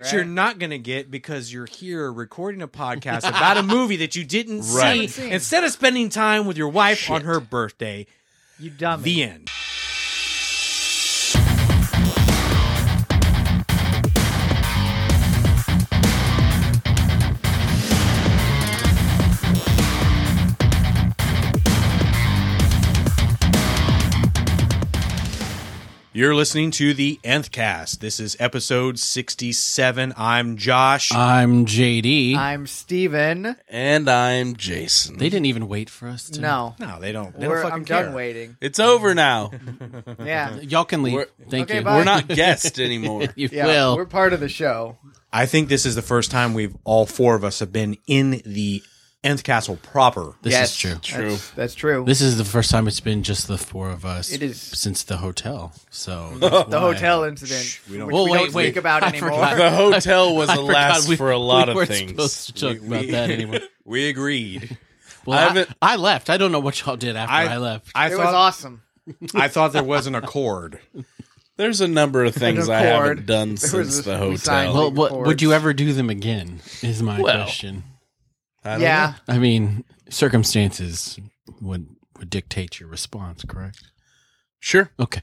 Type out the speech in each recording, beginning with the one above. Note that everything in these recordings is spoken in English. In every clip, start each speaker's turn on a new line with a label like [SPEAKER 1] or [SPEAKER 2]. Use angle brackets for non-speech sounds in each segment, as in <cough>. [SPEAKER 1] that you're not going to get because you're here recording a podcast about <laughs> a movie that you didn't
[SPEAKER 2] Right.
[SPEAKER 1] see. Instead of spending time with your wife on her birthday,
[SPEAKER 3] You dummy.
[SPEAKER 1] the end. You're listening to the Nth Cast. This is episode 67. I'm Josh.
[SPEAKER 3] Uh,
[SPEAKER 4] I'm JD.
[SPEAKER 3] I'm Steven.
[SPEAKER 2] And I'm Jason.
[SPEAKER 4] they didn't even wait for us to.
[SPEAKER 3] No.
[SPEAKER 1] no, they don't. They don't
[SPEAKER 3] We're,
[SPEAKER 1] fucking
[SPEAKER 3] I'm done
[SPEAKER 1] care.
[SPEAKER 2] <laughs>
[SPEAKER 3] waiting.
[SPEAKER 2] it's over now.
[SPEAKER 3] Yeah.
[SPEAKER 4] Y'all can leave.
[SPEAKER 2] We're-
[SPEAKER 4] Thank
[SPEAKER 3] Okay,
[SPEAKER 4] you.
[SPEAKER 3] bye.
[SPEAKER 2] We're
[SPEAKER 4] <laughs>
[SPEAKER 2] not guests anymore.
[SPEAKER 4] you
[SPEAKER 3] Yeah.
[SPEAKER 4] will.
[SPEAKER 3] We're part of the show.
[SPEAKER 1] I think this is the first time we've all four of us have been in the Nth Castle proper.
[SPEAKER 4] this
[SPEAKER 3] yes.
[SPEAKER 4] is true.
[SPEAKER 2] True.
[SPEAKER 3] That's, that's true.
[SPEAKER 4] This is the first time it's been just the four of us.
[SPEAKER 3] It is.
[SPEAKER 4] since the hotel.
[SPEAKER 2] <laughs>
[SPEAKER 4] So
[SPEAKER 3] <laughs> the hotel incident. we don't,
[SPEAKER 4] Well, wait,
[SPEAKER 3] speak
[SPEAKER 4] wait.
[SPEAKER 3] about
[SPEAKER 4] I
[SPEAKER 3] anymore.
[SPEAKER 4] forgot.
[SPEAKER 2] The hotel was
[SPEAKER 4] I
[SPEAKER 2] a last
[SPEAKER 4] forgot we-
[SPEAKER 2] for a lot
[SPEAKER 4] we
[SPEAKER 2] of
[SPEAKER 4] weren't
[SPEAKER 2] things.
[SPEAKER 4] Supposed to joke
[SPEAKER 1] We-
[SPEAKER 4] about
[SPEAKER 1] we-
[SPEAKER 2] <laughs>
[SPEAKER 4] that anymore.
[SPEAKER 1] We agreed.
[SPEAKER 4] Well,
[SPEAKER 2] I
[SPEAKER 4] I,
[SPEAKER 2] haven't-
[SPEAKER 4] I left. I don't know what y'all did after I, left.
[SPEAKER 1] <laughs> I
[SPEAKER 3] <laughs> It was
[SPEAKER 1] thought
[SPEAKER 3] awesome.
[SPEAKER 1] I thought there was an accord.
[SPEAKER 2] There's a number of things I haven't
[SPEAKER 3] accord.
[SPEAKER 2] done
[SPEAKER 3] There was
[SPEAKER 2] since
[SPEAKER 3] this-
[SPEAKER 2] the
[SPEAKER 3] we signed-
[SPEAKER 2] hotel.
[SPEAKER 4] well,
[SPEAKER 3] the
[SPEAKER 4] what, would you
[SPEAKER 3] chords.
[SPEAKER 4] ever do them again? Is my
[SPEAKER 2] Well.
[SPEAKER 4] question.
[SPEAKER 2] I don't
[SPEAKER 3] Yeah.
[SPEAKER 4] I mean, circumstances would would dictate your response, correct?
[SPEAKER 2] Sure,
[SPEAKER 4] Okay.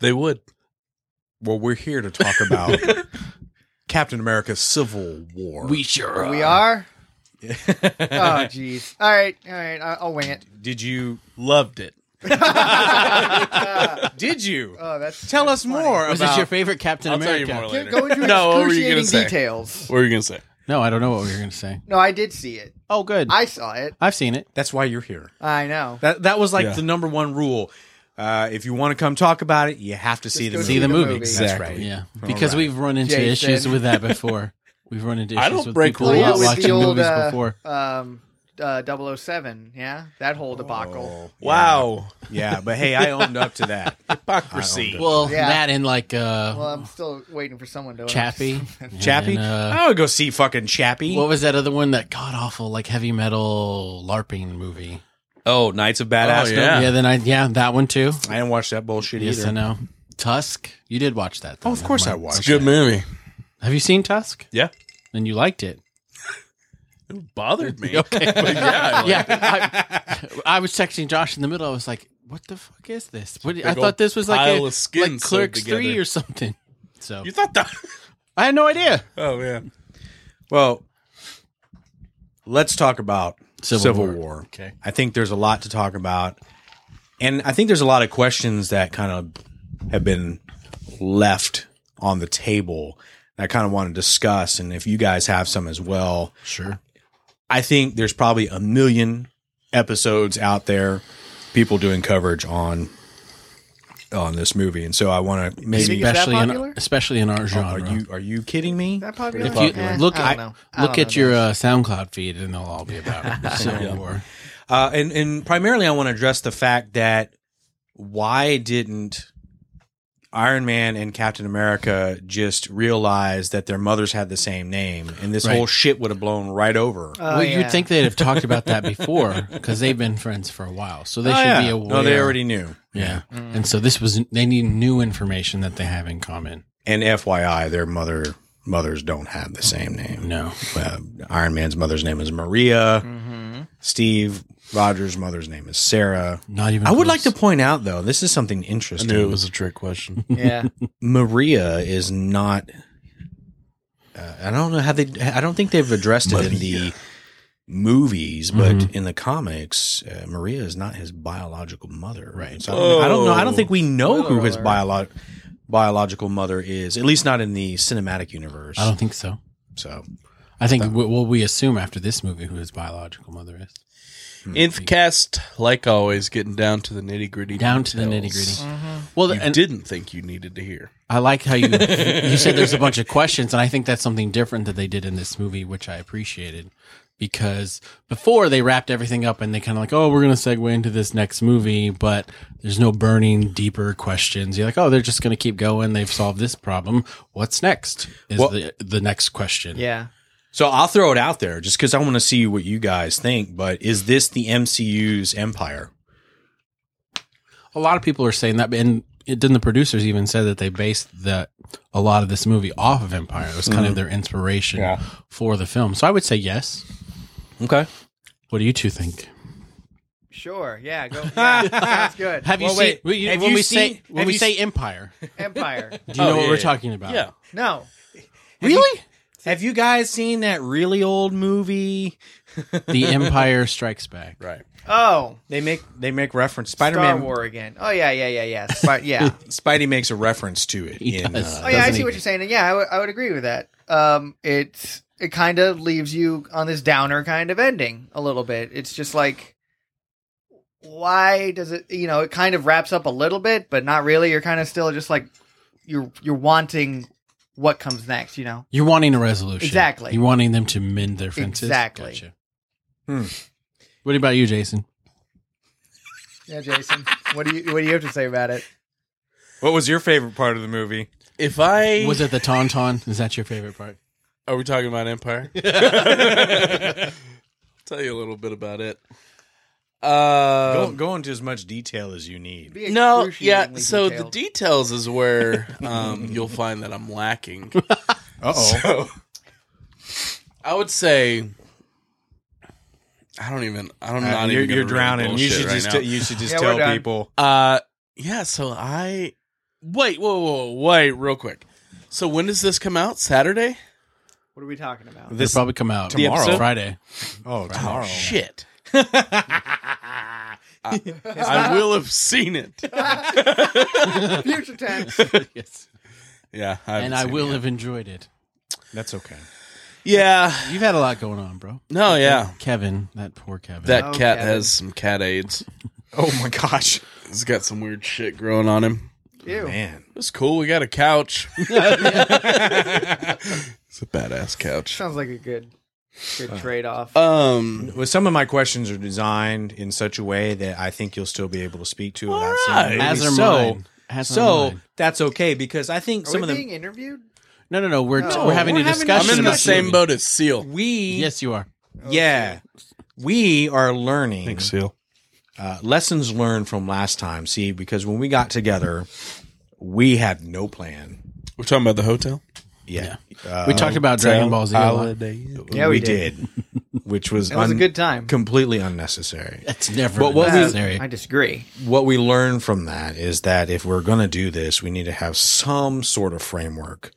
[SPEAKER 2] they would.
[SPEAKER 1] Well, we're here to talk
[SPEAKER 3] <laughs>
[SPEAKER 1] about Captain America's Civil War.
[SPEAKER 4] sure
[SPEAKER 3] We are. oh, jeez. All right. All right. I- I'll wing it.
[SPEAKER 1] <laughs> did you
[SPEAKER 2] Loved it.
[SPEAKER 1] did you
[SPEAKER 3] Oh, that's.
[SPEAKER 1] tell us more
[SPEAKER 4] Was
[SPEAKER 1] about
[SPEAKER 4] it your favorite Captain
[SPEAKER 2] I'll tell
[SPEAKER 4] America?
[SPEAKER 2] you more later.
[SPEAKER 3] Go into
[SPEAKER 2] no, what were you
[SPEAKER 3] excruciating
[SPEAKER 2] gonna say?
[SPEAKER 3] details.
[SPEAKER 2] What were you gonna say?
[SPEAKER 4] No, I don't know what we were going to say.
[SPEAKER 3] No, I did see it.
[SPEAKER 4] Oh, good. I,
[SPEAKER 3] I saw it.
[SPEAKER 4] have seen it.
[SPEAKER 1] That's why you're here.
[SPEAKER 3] I know.
[SPEAKER 1] That that was like
[SPEAKER 2] Yeah.
[SPEAKER 1] the number one rule. Uh, if you want to come talk about it, you have to see
[SPEAKER 3] go
[SPEAKER 1] the
[SPEAKER 3] see
[SPEAKER 1] movie.
[SPEAKER 4] the movie.
[SPEAKER 1] That's
[SPEAKER 2] Exactly.
[SPEAKER 1] right.
[SPEAKER 4] Yeah, because
[SPEAKER 1] right.
[SPEAKER 4] we've run into
[SPEAKER 3] Jason.
[SPEAKER 4] issues with <laughs> that before. We've run into issues
[SPEAKER 2] I don't
[SPEAKER 4] with
[SPEAKER 2] break
[SPEAKER 4] people
[SPEAKER 3] Oh,
[SPEAKER 2] rules.
[SPEAKER 4] not
[SPEAKER 2] Yeah, with
[SPEAKER 4] watching movies before.
[SPEAKER 3] uh, um, uh, 007, yeah, that whole debacle.
[SPEAKER 1] Oh,
[SPEAKER 2] Wow,
[SPEAKER 1] Yeah, but hey, I owned up to that.
[SPEAKER 2] hypocrisy.
[SPEAKER 4] Well,
[SPEAKER 3] Yeah.
[SPEAKER 4] that and like uh,
[SPEAKER 3] Well, I'm still waiting for someone to
[SPEAKER 4] Chappie,
[SPEAKER 1] Chappie?
[SPEAKER 4] and, uh,
[SPEAKER 1] I would go see fucking Chappie.
[SPEAKER 4] what was that other one? That god awful like heavy metal LARPing movie.
[SPEAKER 1] oh, Knights of Badass.
[SPEAKER 2] Oh, yeah.
[SPEAKER 4] yeah, then I yeah that one too.
[SPEAKER 1] I didn't watch that bullshit
[SPEAKER 4] Yes,
[SPEAKER 1] either.
[SPEAKER 4] I know. Tusk. You did watch that. Though,
[SPEAKER 1] Oh, of course I
[SPEAKER 4] never mind.
[SPEAKER 2] it's a
[SPEAKER 1] watched.
[SPEAKER 2] good movie.
[SPEAKER 4] Have you seen Tusk?
[SPEAKER 2] Yeah,
[SPEAKER 4] And you liked it.
[SPEAKER 2] it bothered me.
[SPEAKER 4] Okay.
[SPEAKER 2] <laughs> But yeah, I like-
[SPEAKER 4] yeah. I,
[SPEAKER 2] <laughs>
[SPEAKER 4] I was texting Josh in the middle. I was like, "What the fuck is this? What, I
[SPEAKER 2] Big
[SPEAKER 4] thought
[SPEAKER 2] old
[SPEAKER 4] this was like
[SPEAKER 2] pile
[SPEAKER 4] a
[SPEAKER 2] of skin
[SPEAKER 4] like
[SPEAKER 2] sewed
[SPEAKER 4] Clerks
[SPEAKER 2] together.
[SPEAKER 4] three or something." So
[SPEAKER 2] you thought that? <laughs>
[SPEAKER 4] I had no idea.
[SPEAKER 2] Oh yeah.
[SPEAKER 1] Well, let's talk about Civil,
[SPEAKER 4] Civil
[SPEAKER 1] War.
[SPEAKER 4] War.
[SPEAKER 2] Okay.
[SPEAKER 1] I think there's a lot to talk about, and I think there's a lot of questions that kind of have been left on the table. that I kind of want to discuss, and if you guys have some as well,
[SPEAKER 4] Sure.
[SPEAKER 1] I think there's probably a million episodes out there, people doing coverage on on this movie, and so I want to
[SPEAKER 3] think
[SPEAKER 1] maybe.
[SPEAKER 3] it's that
[SPEAKER 4] especially in
[SPEAKER 3] popular?
[SPEAKER 4] especially in our
[SPEAKER 1] Are
[SPEAKER 4] genre.
[SPEAKER 1] you are you kidding me?
[SPEAKER 3] That popular?
[SPEAKER 4] if you
[SPEAKER 3] Eh,
[SPEAKER 4] look,
[SPEAKER 3] I don't know. I
[SPEAKER 4] look
[SPEAKER 3] don't
[SPEAKER 4] at
[SPEAKER 3] know,
[SPEAKER 4] your
[SPEAKER 3] Josh.
[SPEAKER 4] uh, SoundCloud feed, and they'll all be <laughs> about Civil War.
[SPEAKER 1] Uh, and and primarily, I want to address the fact that why didn't Iron Man and Captain America just realize that their mothers had the same name, and this
[SPEAKER 4] Right. Uh,
[SPEAKER 1] whole shit would have blown right over.
[SPEAKER 3] Oh,
[SPEAKER 4] well,
[SPEAKER 3] yeah.
[SPEAKER 4] you'd think they'd have talked about <laughs> that before because they've been friends for a while, so they
[SPEAKER 1] Oh,
[SPEAKER 4] should
[SPEAKER 1] yeah.
[SPEAKER 4] be aware.
[SPEAKER 1] No, they already knew.
[SPEAKER 4] yeah. And so this was they need new information that they have in common.
[SPEAKER 1] And FYI, their mother mothers don't have the same name.
[SPEAKER 4] No,
[SPEAKER 1] Uh, Iron Man's mother's name is Maria.
[SPEAKER 3] Mm-hmm.
[SPEAKER 1] Steve Rogers' mother's name is Sarah.
[SPEAKER 4] not even.
[SPEAKER 1] I would
[SPEAKER 4] close.
[SPEAKER 1] like to point out, though, this is something
[SPEAKER 2] I
[SPEAKER 1] interesting.
[SPEAKER 2] knew it was a trick question.
[SPEAKER 3] <laughs> yeah,
[SPEAKER 1] Maria is not. Uh, I don't know how they. I don't think they've addressed it in the movies, but in the comics, uh, Maria is not his biological mother.
[SPEAKER 4] Right.
[SPEAKER 1] So I, don't, I don't know. I
[SPEAKER 2] Oh.
[SPEAKER 1] don't think we know who
[SPEAKER 3] Spoiler
[SPEAKER 1] his
[SPEAKER 3] alert.
[SPEAKER 1] biolo- biological mother is. At least not in the cinematic universe.
[SPEAKER 4] I don't think so.
[SPEAKER 1] So
[SPEAKER 4] I think w well, we assume after this movie who his biological mother is.
[SPEAKER 2] Nth cast, like always, getting down to the nitty gritty.
[SPEAKER 4] Down to the nitty-gritty. Well,
[SPEAKER 2] You
[SPEAKER 4] and
[SPEAKER 2] didn't think you needed to hear.
[SPEAKER 4] I like how you you said there's a bunch of questions, and I think that's something different that they did in this movie, which I appreciated because before they wrapped everything up and they kind of like, oh, we're gonna segue into this next movie, but there's no burning deeper questions. You're like, oh, they're just gonna keep going. They've solved this problem. What's next? Is
[SPEAKER 1] Well-
[SPEAKER 4] the the next question?
[SPEAKER 3] yeah.
[SPEAKER 1] so I'll throw it out there just because I want to see what you guys think. But is this the MCU's empire?
[SPEAKER 4] A lot of people are saying that, and it, didn't the producers even say that they based the a lot of this movie off of Empire? It was kind
[SPEAKER 1] Hmm.
[SPEAKER 4] of their inspiration
[SPEAKER 2] Yeah.
[SPEAKER 4] for the film. So I would say yes.
[SPEAKER 1] Okay.
[SPEAKER 4] What do you two think?
[SPEAKER 3] Sure. Yeah. <laughs> Go. Yeah, sounds good.
[SPEAKER 4] <laughs> Have you
[SPEAKER 1] Well,
[SPEAKER 4] seen
[SPEAKER 1] wait,
[SPEAKER 4] we-
[SPEAKER 1] have
[SPEAKER 4] when
[SPEAKER 1] you
[SPEAKER 4] we
[SPEAKER 1] seen-
[SPEAKER 4] say when
[SPEAKER 1] have
[SPEAKER 4] we
[SPEAKER 1] you <laughs>
[SPEAKER 4] say Empire? Do
[SPEAKER 3] Empire.
[SPEAKER 4] you
[SPEAKER 2] Oh,
[SPEAKER 4] know what
[SPEAKER 2] yeah,
[SPEAKER 4] we're
[SPEAKER 2] yeah.
[SPEAKER 4] talking about?
[SPEAKER 2] Yeah.
[SPEAKER 3] No.
[SPEAKER 4] Really?
[SPEAKER 1] Have you guys seen that really old movie?
[SPEAKER 4] the Empire Strikes Back.
[SPEAKER 2] Right.
[SPEAKER 3] Oh,
[SPEAKER 1] They make they make reference.
[SPEAKER 3] Star
[SPEAKER 1] Spider-Man.
[SPEAKER 3] War again. Oh yeah, yeah, yeah, yeah. But
[SPEAKER 4] <laughs>
[SPEAKER 3] yeah.
[SPEAKER 1] Spidey makes a reference to it.
[SPEAKER 4] He
[SPEAKER 1] in,
[SPEAKER 4] does.
[SPEAKER 3] Oh
[SPEAKER 1] Uh,
[SPEAKER 3] yeah, I
[SPEAKER 4] Doesn't
[SPEAKER 3] see
[SPEAKER 4] he?
[SPEAKER 3] what you're saying. And yeah, I would- I would agree with that. Um, it's it kind of leaves you on this downer kind of ending a little bit. It's just like, why does it? You know, it kind of wraps up a little bit, but not really. You're kind of still just like, you're you're wanting what comes next. You know.
[SPEAKER 4] You're wanting a resolution.
[SPEAKER 3] Exactly.
[SPEAKER 4] You're wanting them to mend their fences.
[SPEAKER 3] Exactly.
[SPEAKER 4] Gotcha.
[SPEAKER 1] Hmm.
[SPEAKER 4] What about you, Jason?
[SPEAKER 3] Yeah, Jason. what do you what do you have to say about it?
[SPEAKER 1] what was your favorite part of the movie?
[SPEAKER 2] If I
[SPEAKER 4] Was it the tauntaun? Is that your favorite part?
[SPEAKER 2] Are we talking about <laughs> Empire? Tell you a little bit about it. Uh,
[SPEAKER 1] go, go into as much detail as you need.
[SPEAKER 2] <laughs>
[SPEAKER 3] Be
[SPEAKER 2] no, yeah.
[SPEAKER 3] excruciatingly
[SPEAKER 2] So
[SPEAKER 3] detailed.
[SPEAKER 2] the details
[SPEAKER 1] <laughs>
[SPEAKER 2] is where um, you'll find that I'm lacking.
[SPEAKER 1] Uh
[SPEAKER 2] So I would say I don't even. I don't not
[SPEAKER 1] Uh, you're,
[SPEAKER 2] even. gonna
[SPEAKER 1] you're
[SPEAKER 2] read
[SPEAKER 1] drowning. You
[SPEAKER 2] bullshit
[SPEAKER 1] should
[SPEAKER 2] right
[SPEAKER 1] just
[SPEAKER 2] now.
[SPEAKER 1] t- you should just
[SPEAKER 3] Yeah, we're
[SPEAKER 1] tell
[SPEAKER 3] done.
[SPEAKER 1] people.
[SPEAKER 2] Uh, yeah. So I wait. Whoa, whoa, whoa, wait, real quick. So when does this come out? Saturday.
[SPEAKER 3] what are we talking about? <laughs>
[SPEAKER 4] It'll
[SPEAKER 1] This
[SPEAKER 4] probably come out
[SPEAKER 1] The episode?
[SPEAKER 4] tomorrow, Friday.
[SPEAKER 1] oh tomorrow.
[SPEAKER 2] <laughs> Shit. I, I will have seen it.
[SPEAKER 3] Future <laughs> tense.
[SPEAKER 4] yes.
[SPEAKER 2] Yeah,
[SPEAKER 4] And I will have enjoyed it.
[SPEAKER 1] That's okay.
[SPEAKER 2] Yeah,
[SPEAKER 4] You've had a lot going on, bro.
[SPEAKER 2] no, yeah.
[SPEAKER 4] Kevin, that poor Kevin.
[SPEAKER 2] That
[SPEAKER 3] Oh,
[SPEAKER 2] cat
[SPEAKER 3] Kevin.
[SPEAKER 2] has some cat aids.
[SPEAKER 1] Oh my gosh,
[SPEAKER 2] He's got some weird shit growing on him.
[SPEAKER 3] Ew.
[SPEAKER 1] man.
[SPEAKER 2] It's cool. We got a couch. it's a badass couch.
[SPEAKER 3] Sounds like a good good trade off.
[SPEAKER 2] Um,
[SPEAKER 1] Well, some of my questions are designed in such a way that I think you'll still be able to speak to
[SPEAKER 2] All
[SPEAKER 1] about some
[SPEAKER 2] right.
[SPEAKER 1] movies.
[SPEAKER 4] As are
[SPEAKER 1] so,
[SPEAKER 4] mine. As are
[SPEAKER 1] so
[SPEAKER 4] mine.
[SPEAKER 1] that's okay because I think
[SPEAKER 3] are
[SPEAKER 1] some
[SPEAKER 3] we
[SPEAKER 1] of the
[SPEAKER 3] being interviewed?
[SPEAKER 4] no, no, no. We're
[SPEAKER 3] No,
[SPEAKER 4] we're having
[SPEAKER 1] we're having
[SPEAKER 4] a
[SPEAKER 1] a
[SPEAKER 4] discussion.
[SPEAKER 2] I'm in the
[SPEAKER 4] about
[SPEAKER 2] same
[SPEAKER 4] movie.
[SPEAKER 2] boat as Seal.
[SPEAKER 1] we
[SPEAKER 4] Yes, you are.
[SPEAKER 1] yeah we are learning
[SPEAKER 2] Seal.
[SPEAKER 1] uh, lessons learned from last time. See, because when we got together, we had no plan. Uh,
[SPEAKER 2] We're talking about the hotel.
[SPEAKER 1] Yeah,
[SPEAKER 4] We talked about Dragon Ball Z. a lot.
[SPEAKER 3] Yeah, we did.
[SPEAKER 1] which was,
[SPEAKER 3] It was a
[SPEAKER 1] un-
[SPEAKER 3] good time.
[SPEAKER 1] completely unnecessary.
[SPEAKER 4] That's never
[SPEAKER 1] But what we-
[SPEAKER 4] necessary.
[SPEAKER 3] I disagree.
[SPEAKER 1] What we learned from that is that if we're going to do this, we need to have some sort of framework,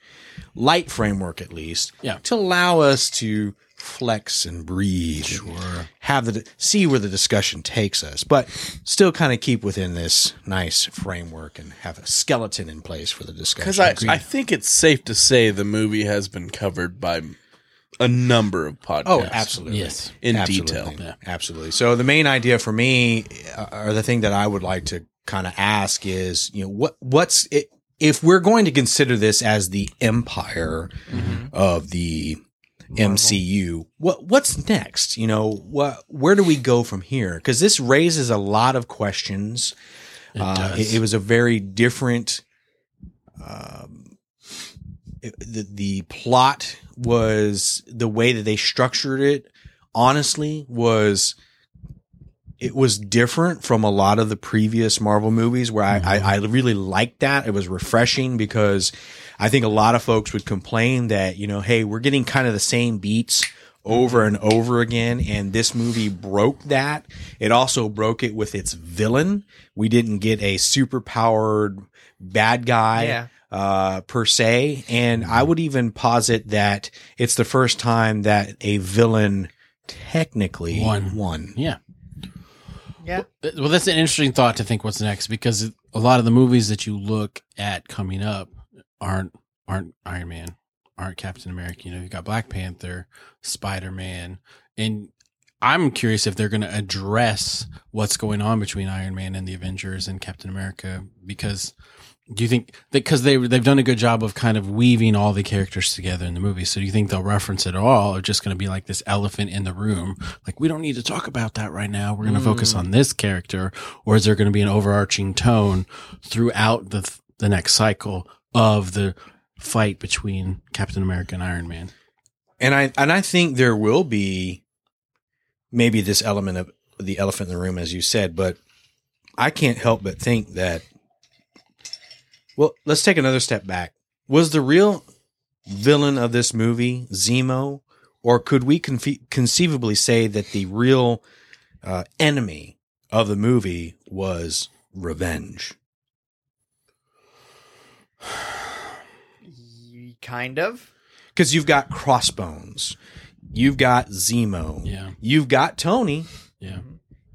[SPEAKER 1] light framework at least,
[SPEAKER 4] Yeah.
[SPEAKER 1] to allow us to flex and breathe. Sure. Have the see where the discussion takes us, but still kind of keep within this nice framework and have a skeleton in place for the discussion.
[SPEAKER 2] Because I,
[SPEAKER 1] Agreed.
[SPEAKER 2] I think it's safe to say the movie has been covered by a number of podcasts.
[SPEAKER 1] Oh, absolutely.
[SPEAKER 4] Yes.
[SPEAKER 2] In
[SPEAKER 1] Absolutely.
[SPEAKER 2] detail.
[SPEAKER 4] Yeah.
[SPEAKER 1] Absolutely. So the main idea for me, uh, or the thing that I would like to kind of ask is, you know, what what's it, if we're going to consider this as the empire of the MCU, what what's next? You know, what where do we go from here? Because this raises a lot of questions. It, uh,
[SPEAKER 4] does.
[SPEAKER 1] it, it was a very different. Um, it- the the plot was the way that they structured it. Honestly, was it was different from a lot of the previous Marvel movies where I, I, I really liked that. It was refreshing because I think a lot of folks would complain that, you know, hey, we're getting kind of the same beats over and over again. And this movie broke that. It also broke it with its villain. We didn't get a super powered bad guy
[SPEAKER 3] Yeah.
[SPEAKER 1] uh, per se. And I would even posit that it's the first time that a villain technically
[SPEAKER 4] Won.
[SPEAKER 1] won.
[SPEAKER 4] Yeah.
[SPEAKER 3] Yeah.
[SPEAKER 4] Th- Well, that's an interesting thought to think what's next because a lot of the movies that you look at coming up aren't aren't Iron Man, aren't Captain America. You know, you got Black Panther, Spider Man, and I'm curious if they're going to address what's going on between Iron Man and the Avengers and Captain America because do you think because they they've done a good job of kind of weaving all the characters together in the movie? So do you think they'll reference it at all, or just going to be like this elephant in the room? Like we don't need to talk about that right now. We're going to focus on this character, or is there going to be an overarching tone throughout the th- the next cycle of the fight between Captain America and Iron Man?
[SPEAKER 1] and I and I think there will be maybe this element of the elephant in the room, as you said, but I can't help but think that Well, let's take another step back. Was the real villain of this movie Zemo, or could we confe- conceivably say that the real uh, enemy of the movie was revenge?
[SPEAKER 3] Y- Kind of.
[SPEAKER 1] Because you've got Crossbones, you've got Zemo,
[SPEAKER 4] Yeah.
[SPEAKER 1] you've got Tony,
[SPEAKER 4] Yeah.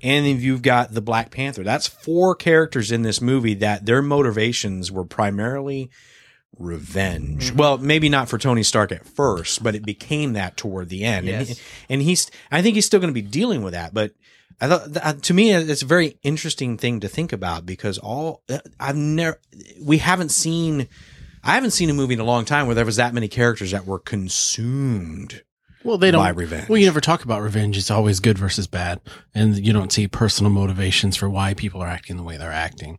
[SPEAKER 1] and then you've got the Black Panther. That's four characters in this movie that their motivations were primarily revenge. Well, maybe not for Tony Stark at first, but it became that toward the end. And,
[SPEAKER 3] Yes.
[SPEAKER 1] he- and he's, I think he's still going to be dealing with that. But I thought, th- uh, to me, it's a very interesting thing to think about because all uh, I've never, we haven't seen. I haven't seen a movie in a long time where there was that many characters that were consumed
[SPEAKER 4] Well, they don't.
[SPEAKER 1] by revenge.
[SPEAKER 4] Well, you never talk about revenge. It's always good versus bad, and you don't see personal motivations for why people are acting the way they're acting.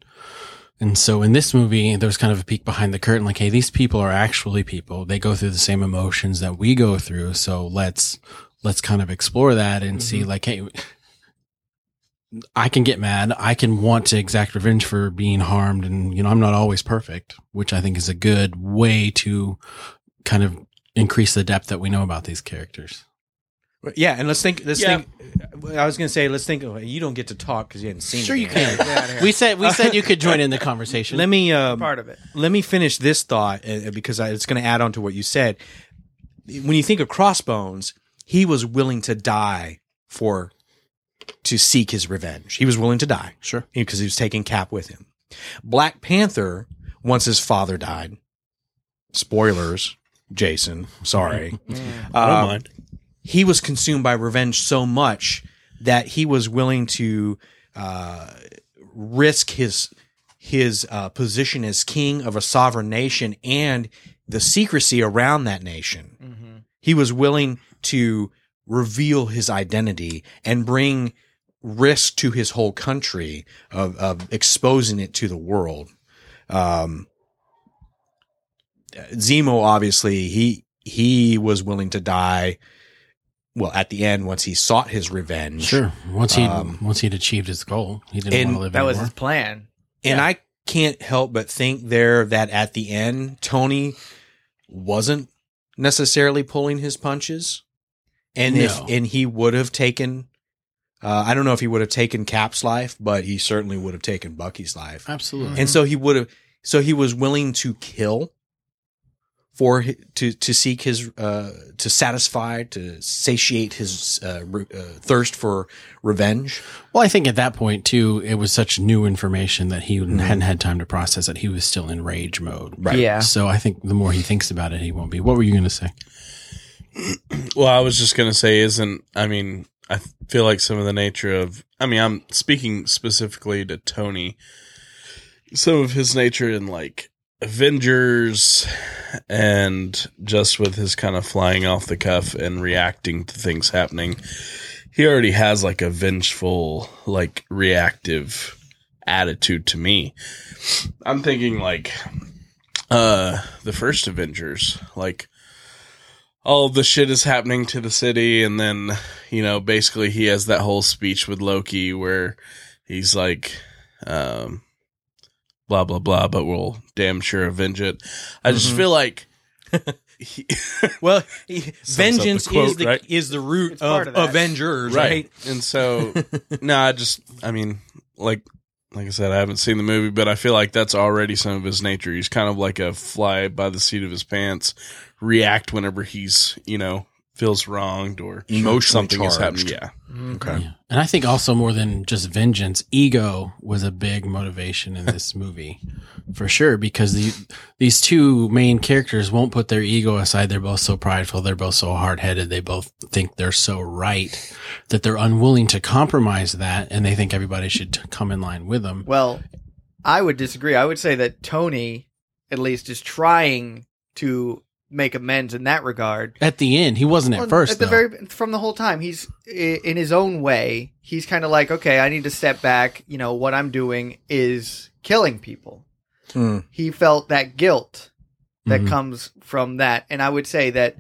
[SPEAKER 4] And so in this movie, there was kind of a peek behind the curtain, like, hey, these people are actually people. They go through the same emotions that we go through. So let's let's kind of explore that and see, like, hey, I can get mad. I can want to exact revenge for being harmed, and you know, I'm not always perfect, which I think is a good way to kind of increase the depth that we know about these characters.
[SPEAKER 1] Yeah, and let's think. Let's
[SPEAKER 2] Yeah.
[SPEAKER 1] think. uh, I was gonna say, let's think. You don't get to talk because you hadn't seen.
[SPEAKER 4] Sure,
[SPEAKER 1] it
[SPEAKER 4] you
[SPEAKER 1] yet.
[SPEAKER 4] can.
[SPEAKER 3] Get out of here.
[SPEAKER 4] We said we said you could join in the conversation.
[SPEAKER 1] Let me um,
[SPEAKER 3] part of it.
[SPEAKER 1] let me finish this thought uh, because I, it's going to add on to what you said. When you think of Crossbones, he was willing to die for to seek his revenge. He was willing to die,
[SPEAKER 4] Sure.
[SPEAKER 1] because he was taking Cap with him. Black Panther, once his father died, spoilers, Jason, sorry.
[SPEAKER 4] <laughs>
[SPEAKER 1] Um, he was consumed by revenge so much that he was willing to uh, risk his his uh, position as king of a sovereign nation and the secrecy around that nation. He was willing to reveal his identity and bring risk to his whole country of, of exposing it to the world. Um, Zemo, obviously, he he was willing to die well at the end once he sought his revenge
[SPEAKER 4] <laughs> Sure. Once he
[SPEAKER 1] Um,
[SPEAKER 4] once he'd achieved his goal, he didn't
[SPEAKER 1] and
[SPEAKER 4] want to live
[SPEAKER 3] That was
[SPEAKER 4] anymore.
[SPEAKER 3] his plan.
[SPEAKER 1] and i can't help but think there that at the end tony wasn't necessarily pulling his punches and
[SPEAKER 4] No.
[SPEAKER 1] if and he would have taken uh, i don't know if he would have taken cap's life but he certainly would have taken bucky's life
[SPEAKER 4] Mm-hmm. Absolutely.
[SPEAKER 1] and so he would have so he was willing to kill for hi- to to seek his uh to satisfy to satiate his uh, re- uh thirst for revenge
[SPEAKER 4] Well, I think at that point too, it was such new information that he hadn't had time to process it. He was still in rage mode.
[SPEAKER 1] Right.
[SPEAKER 3] Yeah.
[SPEAKER 4] So I think the more he thinks about it, he won't be. What were you going to say?
[SPEAKER 2] Well, I was just gonna say, isn't I mean, I th- feel like some of the nature of I mean, I'm speaking specifically to Tony. Some of his nature in like Avengers and just with his kind of flying off the cuff and reacting to things happening. He already has like a vengeful, like reactive attitude to me. I'm thinking like uh the first Avengers, like all the shit is happening to the city and then you know basically he has that whole speech with loki where he's like um blah blah blah but we'll damn sure avenge it i just
[SPEAKER 1] Mhm.
[SPEAKER 2] feel like he,
[SPEAKER 1] Well, <laughs> vengeance
[SPEAKER 2] the quote,
[SPEAKER 1] is the
[SPEAKER 2] right?
[SPEAKER 1] is the root
[SPEAKER 3] It's part
[SPEAKER 1] of,
[SPEAKER 3] of that.
[SPEAKER 1] Avengers, right? <laughs>
[SPEAKER 2] right and so no i just i mean like like i said i haven't seen the movie but i feel like that's already some of his nature he's kind of like a fly by the seat of his pants react whenever he's you know feels wronged or
[SPEAKER 1] Emotionally
[SPEAKER 2] something is
[SPEAKER 1] charged.
[SPEAKER 2] happening yeah
[SPEAKER 3] Mm-hmm.
[SPEAKER 1] Okay.
[SPEAKER 4] Yeah. And I think also more than just vengeance, ego was a big motivation
[SPEAKER 3] <laughs>
[SPEAKER 4] in this movie for sure because the, these two main characters won't put their ego aside. They're both so prideful. They're both so hard headed. They both think they're so right that they're unwilling to compromise that. And they think everybody should t- come in line with them.
[SPEAKER 3] Well, I would disagree. I would say that Tony, at least, is trying to make amends in that regard.
[SPEAKER 4] At the end, he wasn't at
[SPEAKER 3] Well,
[SPEAKER 4] first.
[SPEAKER 3] the
[SPEAKER 4] though.
[SPEAKER 3] very from the whole time, he's i- in his own way. He's kind of like, okay, I need to step back. You know what I'm doing is killing people.
[SPEAKER 1] Hmm.
[SPEAKER 3] He felt that guilt that
[SPEAKER 4] Mhm.
[SPEAKER 3] comes from that, and I would say that,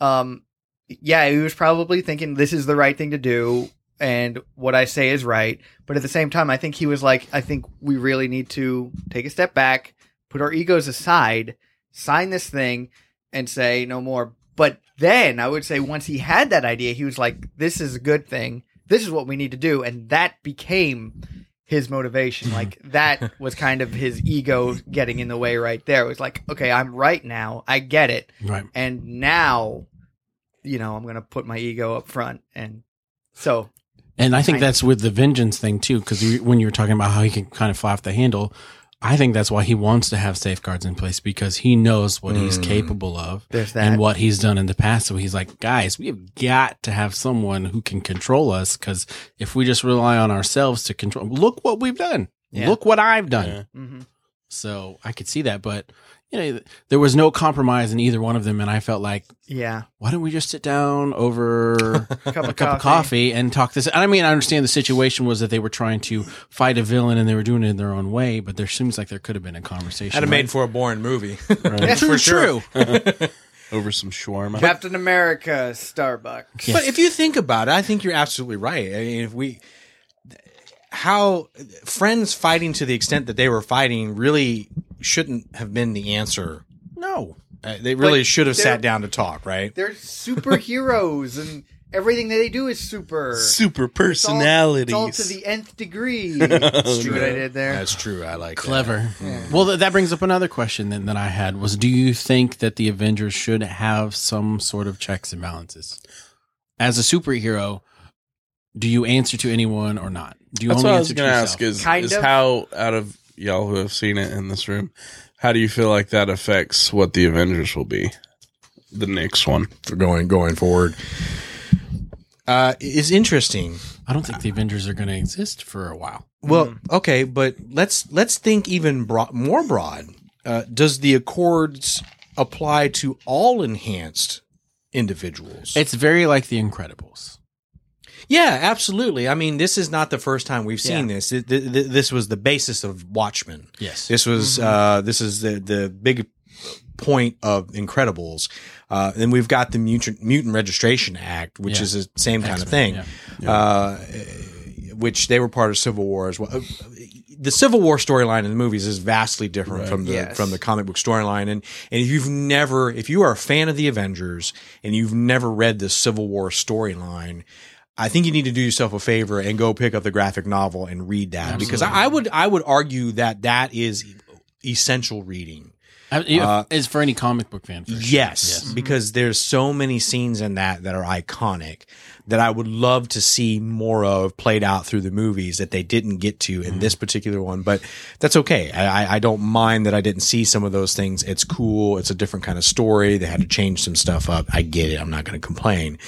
[SPEAKER 3] um, yeah, he was probably thinking this is the right thing to do, and what I say is right. But at the same time, I think he was like, I think we really need to take a step back, put our egos aside, sign this thing, and say no more. But then I would say once he had that idea, he was like, "This is a good thing. This is what we need to do," and that became his
[SPEAKER 4] <laughs>
[SPEAKER 3] motivation. Like that was kind of his ego getting in the way right there. It was like, "Okay, I'm right now. I get it."
[SPEAKER 4] Right.
[SPEAKER 3] and now you know i'm gonna put my ego up front and so
[SPEAKER 4] And I think
[SPEAKER 3] Right.
[SPEAKER 4] that's with the vengeance thing too, because when you were talking about how he can kind of fly off the handle, I think that's why he wants to have safeguards in place because he knows what he's
[SPEAKER 1] Mm.
[SPEAKER 4] capable of
[SPEAKER 3] there's that
[SPEAKER 4] and what he's done in the past. So he's like, guys, we have got to have someone who can control us because if we just rely on ourselves to control, look what we've done.
[SPEAKER 3] Yeah.
[SPEAKER 4] Look what I've done.
[SPEAKER 2] Yeah.
[SPEAKER 3] hmm
[SPEAKER 4] So I could see that, but you know, th- there was no compromise in either one of them, and I felt like,
[SPEAKER 3] yeah
[SPEAKER 4] why don't we just sit down over
[SPEAKER 3] cup,
[SPEAKER 4] <laughs> a cup of coffee and talk this. And I mean, I understand the situation was that they were trying to fight a villain and they were doing it in their own way, but there seems like there could have been a conversation.
[SPEAKER 1] I'd have made
[SPEAKER 4] right?
[SPEAKER 1] for a boring movie. <laughs>
[SPEAKER 2] Right.
[SPEAKER 4] true,
[SPEAKER 1] for sure.
[SPEAKER 4] true.
[SPEAKER 1] <laughs>
[SPEAKER 2] over some shawarma.
[SPEAKER 3] captain america starbucks
[SPEAKER 1] But if you think about it, I think you're absolutely right. I mean, if we how friends fighting to the extent that they were fighting really shouldn't have been the answer.
[SPEAKER 4] No,
[SPEAKER 1] Uh, they really
[SPEAKER 3] But
[SPEAKER 1] should have
[SPEAKER 3] they're-
[SPEAKER 1] sat down to talk, right?
[SPEAKER 3] they're superheroes and everything that they do is super
[SPEAKER 2] Super
[SPEAKER 3] It's all-
[SPEAKER 2] personalities.
[SPEAKER 3] it's all, to the nth degree
[SPEAKER 4] <laughs> Oh,
[SPEAKER 3] see what i did there
[SPEAKER 1] That's true. I like that.
[SPEAKER 4] clever. Well, th- that brings up another question then that I had was: Do you think that the Avengers should have some sort of checks and balances as a superhero? Do you answer to anyone or not? Do you
[SPEAKER 2] That's
[SPEAKER 4] only
[SPEAKER 2] what I was
[SPEAKER 4] answer
[SPEAKER 2] going to
[SPEAKER 4] to
[SPEAKER 2] ask
[SPEAKER 4] yourself?
[SPEAKER 2] is,
[SPEAKER 3] Kind
[SPEAKER 2] is
[SPEAKER 3] of.
[SPEAKER 2] how, out of y'all who have seen it in this room, how do you feel like that affects what the Avengers will be? The next one.
[SPEAKER 1] for going going forward. Uh, it's interesting.
[SPEAKER 4] I don't think the Avengers are going to exist for a while.
[SPEAKER 1] Well, okay, but let's let's think even broad, more broad. Uh, does the accords apply to all enhanced individuals?
[SPEAKER 4] It's very like the Incredibles.
[SPEAKER 1] yeah, absolutely. I mean, this is not the first time we've seen this. Th- th- th- this was the basis of Watchmen.
[SPEAKER 4] Yes.
[SPEAKER 1] This was
[SPEAKER 4] Mm-hmm.
[SPEAKER 1] uh, this is the the big point of Incredibles. Uh, then we've got the mutant, mutant registration act, which
[SPEAKER 4] Yeah.
[SPEAKER 1] is the same kind of
[SPEAKER 4] X-Men,
[SPEAKER 1] thing.
[SPEAKER 4] yeah.
[SPEAKER 1] Uh, which they were part of Civil War as well. Uh, The Civil War storyline in the movies is vastly different from the
[SPEAKER 3] Yes.
[SPEAKER 1] from the comic book storyline, and and if you've never, if you are a fan of the Avengers and you've never read the Civil War storyline. I think you need to do yourself a favor and go pick up the graphic novel and read that because I, I would I would argue that that is essential reading.
[SPEAKER 4] I- if-
[SPEAKER 1] Uh,
[SPEAKER 4] is for any comic book fan. for sure.
[SPEAKER 1] Yes, because there's so many scenes in that that are iconic that I would love to see more of played out through the movies that they didn't get to
[SPEAKER 4] Mm-hmm.
[SPEAKER 1] in this particular one. But that's okay. I, I- I don't mind that I didn't see some of those things. It's cool. It's a different kind of story. They had to change some stuff up. I get it. I'm not going to complain.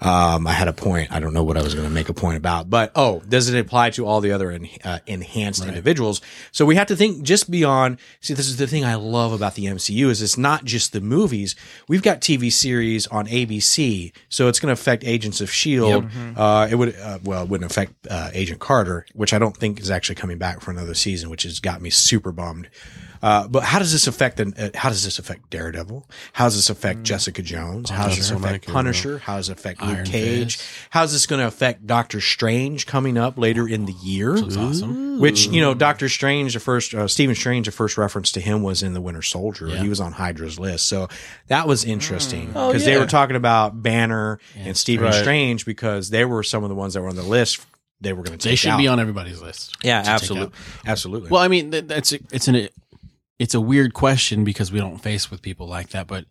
[SPEAKER 1] Um, I had a point. I don't know what I was going to make a point about, but oh, does it apply to all the other en- uh, enhanced individuals? So we have to think just beyond. See, this is the thing I love about the MCU is it's not just the movies. We've got TV series on ABC, so it's going to affect Agents of Shield.
[SPEAKER 4] Mm-hmm.
[SPEAKER 1] Uh, it would uh, well, it wouldn't affect uh, Agent Carter, which I don't think is actually coming back for another season, which has got me super bummed. Uh, but how does this affect the, uh, how does this affect Daredevil? How does this affect
[SPEAKER 4] Mm.
[SPEAKER 1] Jessica Jones? How does this
[SPEAKER 2] Jessica
[SPEAKER 1] affect
[SPEAKER 2] Biel.
[SPEAKER 1] Punisher? How does it affect Luke
[SPEAKER 4] Iron
[SPEAKER 1] Cage?
[SPEAKER 4] Fist.
[SPEAKER 1] How's this going to affect Doctor Strange coming up later in the year?
[SPEAKER 4] awesome.
[SPEAKER 1] Which you know, Doctor Strange, the first uh, Stephen Strange, the first reference to him was in the Winter Soldier.
[SPEAKER 4] Yeah. Mm.
[SPEAKER 1] He was on Hydra's list, so that was interesting because
[SPEAKER 2] Oh,
[SPEAKER 1] they
[SPEAKER 2] yeah.
[SPEAKER 1] were talking about Banner and Stephen
[SPEAKER 2] Right.
[SPEAKER 1] Strange because they were some of the ones that were on the list. They were going to take.
[SPEAKER 4] They should be
[SPEAKER 1] out.
[SPEAKER 4] on everybody's list.
[SPEAKER 1] Yeah,
[SPEAKER 4] to take out.
[SPEAKER 1] absolutely, absolutely.
[SPEAKER 4] Well, I mean, th- that's it's an it's a weird question because we don't face with people like that. But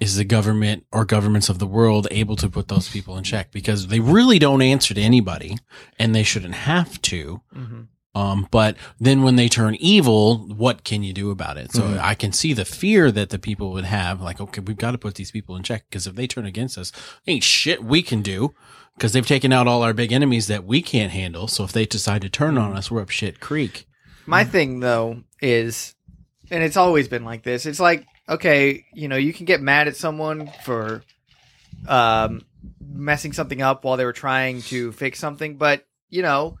[SPEAKER 4] is the government or governments of the world able to put those people in check? Because they really don't answer to anybody, and they shouldn't have to.
[SPEAKER 3] Mhm.
[SPEAKER 4] Um, but then when they turn evil, what can you do about it? So I can see the fear that the people would have, like, okay, we've got to put these people in check because if they turn against us, ain't shit we can do because they've taken out all our big enemies that we can't handle. So if they decide to turn on us, we're up shit creek.
[SPEAKER 3] my thing though is and it's always been like this it's like okay you know you can get mad at someone for um messing something up while they were trying to fix something but you know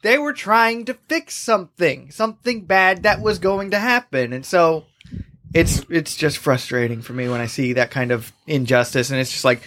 [SPEAKER 3] they were trying to fix something something bad that was going to happen and so it's it's just frustrating for me when i see that kind of injustice and it's just like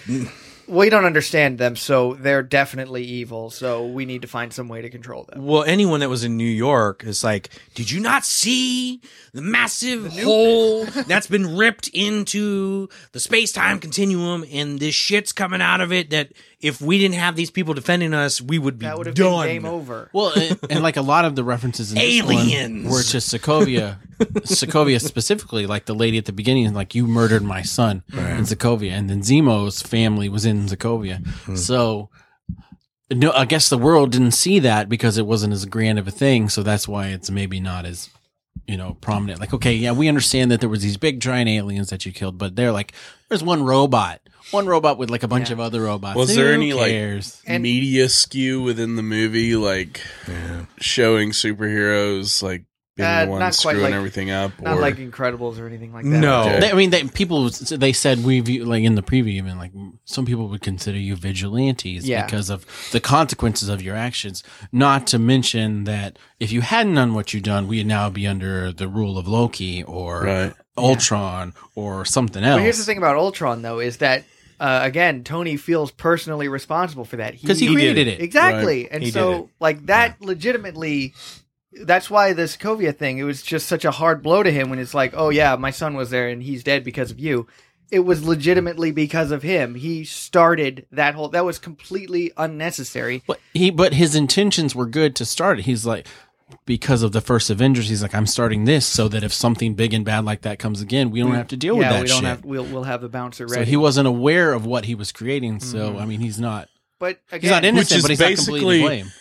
[SPEAKER 3] we don't understand them, so they're definitely evil. So we need to find some way to control them.
[SPEAKER 1] Well, anyone that was in New York is like, did you not see the massive
[SPEAKER 3] <laughs>
[SPEAKER 1] hole that's been ripped into the space time continuum and this shit's coming out of it that if we didn't have these people defending us, we would be
[SPEAKER 3] That would have been
[SPEAKER 1] done.
[SPEAKER 3] game over.
[SPEAKER 4] Well, and, and like a lot of the references in this one
[SPEAKER 1] Aliens.
[SPEAKER 4] were to Sokovia, Sokovia specifically. Like the lady at the beginning, like you murdered my son in Sokovia, and then Zemo's family was in Sokovia. So, no, I guess the world didn't see that because it wasn't as grand of a thing. So that's why it's maybe not as you know prominent. Like, okay, yeah, we understand that there was these big giant aliens that you killed, but they're like, there's one robot, one robot with like a bunch
[SPEAKER 3] Yeah.
[SPEAKER 4] of other robots.
[SPEAKER 2] Was
[SPEAKER 4] Who
[SPEAKER 2] there any, like-
[SPEAKER 4] cares?
[SPEAKER 3] And-
[SPEAKER 2] media skew within the movie, like showing superheroes like being
[SPEAKER 3] Uh,
[SPEAKER 2] the one
[SPEAKER 3] not quite
[SPEAKER 2] screwing
[SPEAKER 3] like-
[SPEAKER 2] everything up,
[SPEAKER 3] Not
[SPEAKER 2] or
[SPEAKER 3] like Incredibles or anything like that.
[SPEAKER 1] No.
[SPEAKER 2] Okay.
[SPEAKER 4] They, I mean, they, people they said we view, like in the preview even like some people would consider you vigilantes
[SPEAKER 3] Yeah.
[SPEAKER 4] because of the consequences of your actions. Not to mention that if you hadn't done what you done, we'd now be under the rule of Loki or
[SPEAKER 2] right?
[SPEAKER 4] Ultron or something else.
[SPEAKER 3] But here's the thing about Ultron, though, is that uh, again, Tony feels personally responsible for that
[SPEAKER 4] 'Cause he,
[SPEAKER 2] He did
[SPEAKER 4] created it.
[SPEAKER 3] exactly,
[SPEAKER 2] Right.
[SPEAKER 3] and
[SPEAKER 1] He did
[SPEAKER 3] so
[SPEAKER 1] it.
[SPEAKER 3] like that legitimately. That's why the Sokovia thing. It was just such a hard blow to him when it's like, oh yeah, my son was there and he's dead because of you. It was legitimately because of him. He started that whole. That was completely unnecessary.
[SPEAKER 4] But he, but his intentions were good to start it. He's like, because of the first Avengers, he's like, I'm starting this so that if something big and bad like that comes again, we don't have to deal with
[SPEAKER 3] Mm. yeah,
[SPEAKER 4] that
[SPEAKER 3] we don't
[SPEAKER 4] shit.
[SPEAKER 3] have. We'll we'll have the bouncer
[SPEAKER 4] so
[SPEAKER 3] ready. Mm-hmm.
[SPEAKER 4] he wasn't aware of what he was creating. So I mean, he's not.
[SPEAKER 3] but again,
[SPEAKER 4] He's not innocent,
[SPEAKER 2] is
[SPEAKER 4] but he's not
[SPEAKER 2] basically-
[SPEAKER 4] completely to blame.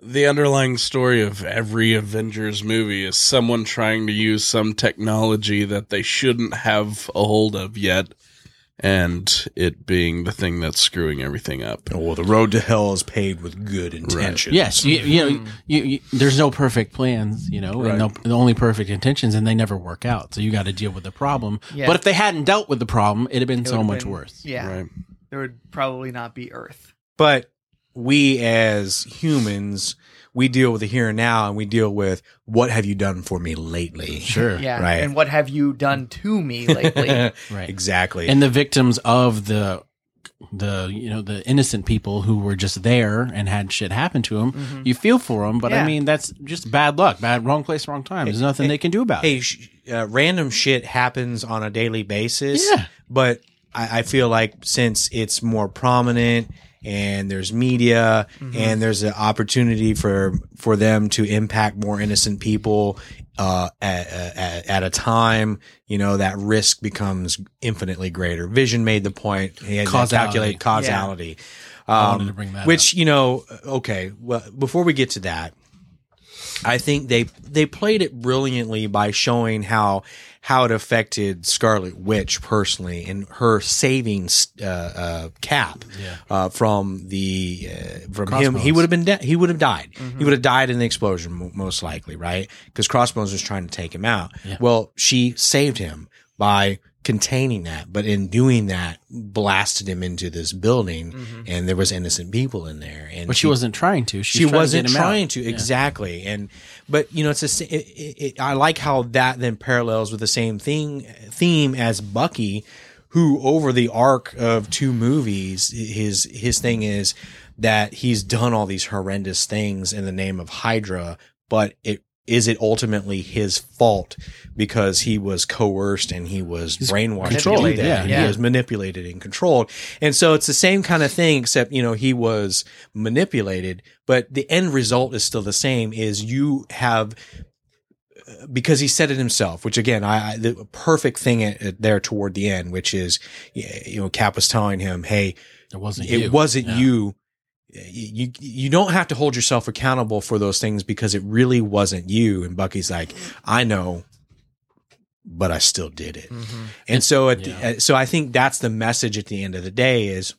[SPEAKER 2] The underlying story of every Avengers movie is someone trying to use some technology that they shouldn't have a hold of yet, and it being the thing that's screwing everything up.
[SPEAKER 1] Well, the road to hell is paved with good intentions.
[SPEAKER 4] Yes, you, you know, you, you, there's no perfect plans, you know, and no, the only perfect intentions, and they never work out. So you got to deal with the problem.
[SPEAKER 3] Yeah.
[SPEAKER 4] But if they hadn't dealt with the problem, it'd have been
[SPEAKER 3] it
[SPEAKER 4] so
[SPEAKER 3] would've
[SPEAKER 4] much
[SPEAKER 3] been-
[SPEAKER 4] worse.
[SPEAKER 3] Yeah,
[SPEAKER 2] Right.
[SPEAKER 3] there would probably not be Earth.
[SPEAKER 1] But we as humans, we deal with the here and now and we deal with what have you done for me lately? <laughs>
[SPEAKER 4] Sure.
[SPEAKER 3] Yeah,
[SPEAKER 1] Right.
[SPEAKER 3] and what have you done to me
[SPEAKER 1] <laughs>
[SPEAKER 3] lately?
[SPEAKER 4] Right.
[SPEAKER 1] Exactly.
[SPEAKER 4] And the victims of the the you know the innocent people who were just there and had shit happen to them, you feel for them. But I
[SPEAKER 3] Yeah.
[SPEAKER 4] mean, that's just bad luck, bad wrong place, wrong time. There's nothing they can do about it.
[SPEAKER 1] hey, sh- uh, random shit happens on a daily basis.
[SPEAKER 4] Yeah.
[SPEAKER 1] But I, I feel like since it's more prominent and there's media
[SPEAKER 4] Mm-hmm.
[SPEAKER 1] and there's an opportunity for for them to impact more innocent people uh, at, at, at a time, you know, that risk becomes infinitely greater. Vision made the point. He had to
[SPEAKER 4] Causality.
[SPEAKER 1] calculate causality. Um,
[SPEAKER 4] wanted to bring that
[SPEAKER 1] which you know, okay. Well, before we get to that, I think they they played it brilliantly by showing how how it affected Scarlet Witch personally and her saving uh, uh, Cap uh, from the uh, from him. He would have been de- he would have died.
[SPEAKER 4] Mm-hmm.
[SPEAKER 1] He would have died in the explosion mo- most likely, right? Because Crossbones was trying to take him out. Well, she saved him by containing that, but in doing that, blasted him into this building, and there was innocent people in there. And
[SPEAKER 4] Mm-hmm. But she wasn't trying to. She,
[SPEAKER 1] she
[SPEAKER 4] was trying
[SPEAKER 1] wasn't
[SPEAKER 4] to. get him out.
[SPEAKER 1] trying to exactly and but you know it's a s- it, it, it, i like how that then parallels with the same thing theme as bucky who over the arc of two movies his his thing is that he's done all these horrendous things in the name of hydra but it is it ultimately his fault because he was coerced and he was brainwashed to do
[SPEAKER 3] controlled,
[SPEAKER 1] that?
[SPEAKER 4] yeah,
[SPEAKER 1] And
[SPEAKER 3] yeah.
[SPEAKER 1] He was manipulated and controlled. And so it's the same kind of thing, except, you know, he was manipulated, but the end result is still the same is you have, uh, because he said it himself, which again, I, I the perfect thing at, at there toward the end, which is, you know, Cap was telling him, Hey,
[SPEAKER 4] It wasn't.
[SPEAKER 1] it
[SPEAKER 4] you.
[SPEAKER 1] wasn't
[SPEAKER 4] Yeah.
[SPEAKER 1] you. You you don't have to hold yourself accountable for those things because it really wasn't you. And Bucky's like, I know, but I still did it.
[SPEAKER 4] Mm-hmm.
[SPEAKER 1] And so, at
[SPEAKER 4] Yeah.
[SPEAKER 1] the, uh, so I think that's the message at the end of the day is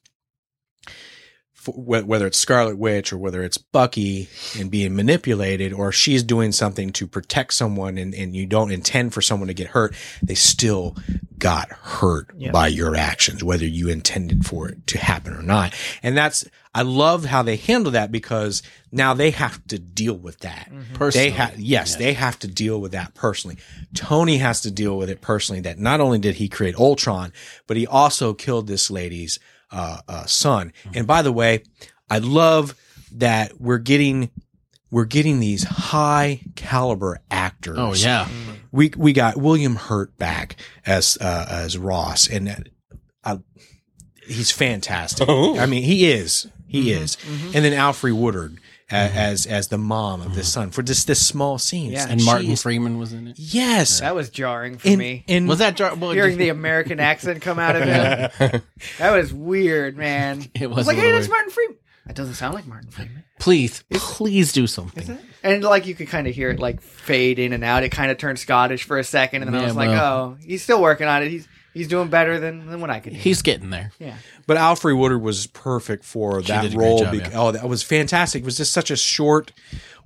[SPEAKER 1] for, wh- whether it's Scarlet Witch or whether it's Bucky and being manipulated, or she's doing something to protect someone, and, and you don't intend for someone to get hurt, they still got hurt
[SPEAKER 3] Yeah.
[SPEAKER 1] by your actions, whether you intended for it to happen or not. And that's I love how they handle that because now they have to deal with that.
[SPEAKER 4] Personally.
[SPEAKER 1] They ha- yes, they have to deal with that personally. Tony has to deal with it personally that not only did he create Ultron, but he also killed this lady's uh, uh, son.
[SPEAKER 4] Mm-hmm.
[SPEAKER 1] And by the way, I love that we're getting we're getting these high caliber actors.
[SPEAKER 4] Oh yeah.
[SPEAKER 1] Mm. we we got William Hurt back as uh, as Ross, and that- I, he's fantastic.
[SPEAKER 2] Oh.
[SPEAKER 1] I mean, he is, he
[SPEAKER 3] Mm-hmm.
[SPEAKER 1] is. And then Alfrey Woodard a-
[SPEAKER 4] Mm-hmm.
[SPEAKER 1] as as the mom of this son for just this small scene.
[SPEAKER 3] Yeah.
[SPEAKER 4] And Martin
[SPEAKER 1] Jeez.
[SPEAKER 4] Freeman was in it.
[SPEAKER 1] yes,
[SPEAKER 3] That was jarring for
[SPEAKER 1] and,
[SPEAKER 3] me.
[SPEAKER 1] and
[SPEAKER 4] Was that Jar- well,
[SPEAKER 3] Hearing the American accent come out of him. That was weird, man.
[SPEAKER 4] It
[SPEAKER 3] I
[SPEAKER 4] was
[SPEAKER 3] was like,
[SPEAKER 4] a little
[SPEAKER 3] hey, that's
[SPEAKER 4] weird.
[SPEAKER 3] Martin Freeman. That doesn't sound like Martin Freeman.
[SPEAKER 4] please, please do something.
[SPEAKER 3] And like you could kind of hear it like fade in and out. It kind of turned Scottish for a second, and then I
[SPEAKER 4] Yeah,
[SPEAKER 3] was like, oh,
[SPEAKER 4] well-
[SPEAKER 3] he's still working on it. He's he's doing better than, than what I could. do.
[SPEAKER 4] He's getting there.
[SPEAKER 3] yeah.
[SPEAKER 1] But Alfrey Woodard was perfect for
[SPEAKER 4] did
[SPEAKER 1] that
[SPEAKER 4] a great
[SPEAKER 1] role.
[SPEAKER 4] job,
[SPEAKER 1] bec-
[SPEAKER 4] yeah.
[SPEAKER 1] Oh, that was fantastic. It was just such a short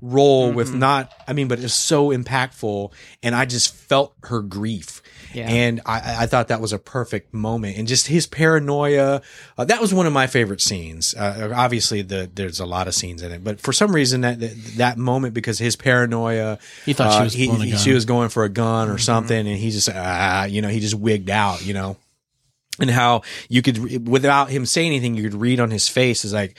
[SPEAKER 1] role
[SPEAKER 4] Mm-hmm.
[SPEAKER 1] with not, I mean, but it's so impactful. And I just felt her grief.
[SPEAKER 3] Yeah.
[SPEAKER 1] And I- I, I thought that was a perfect moment. And just his paranoia. Uh, that was one of my favorite scenes. Uh, obviously, the, there's a lot of scenes in it. But for some reason, that, that, that moment, because his paranoia.
[SPEAKER 4] He thought she was
[SPEAKER 1] Uh, he-
[SPEAKER 4] pulling a
[SPEAKER 1] he-
[SPEAKER 4] gun. Mm-hmm.
[SPEAKER 1] she was going for a gun or something. And he just, ah, you know, he just wigged out, you know and how you could without him saying anything you could read on his face is like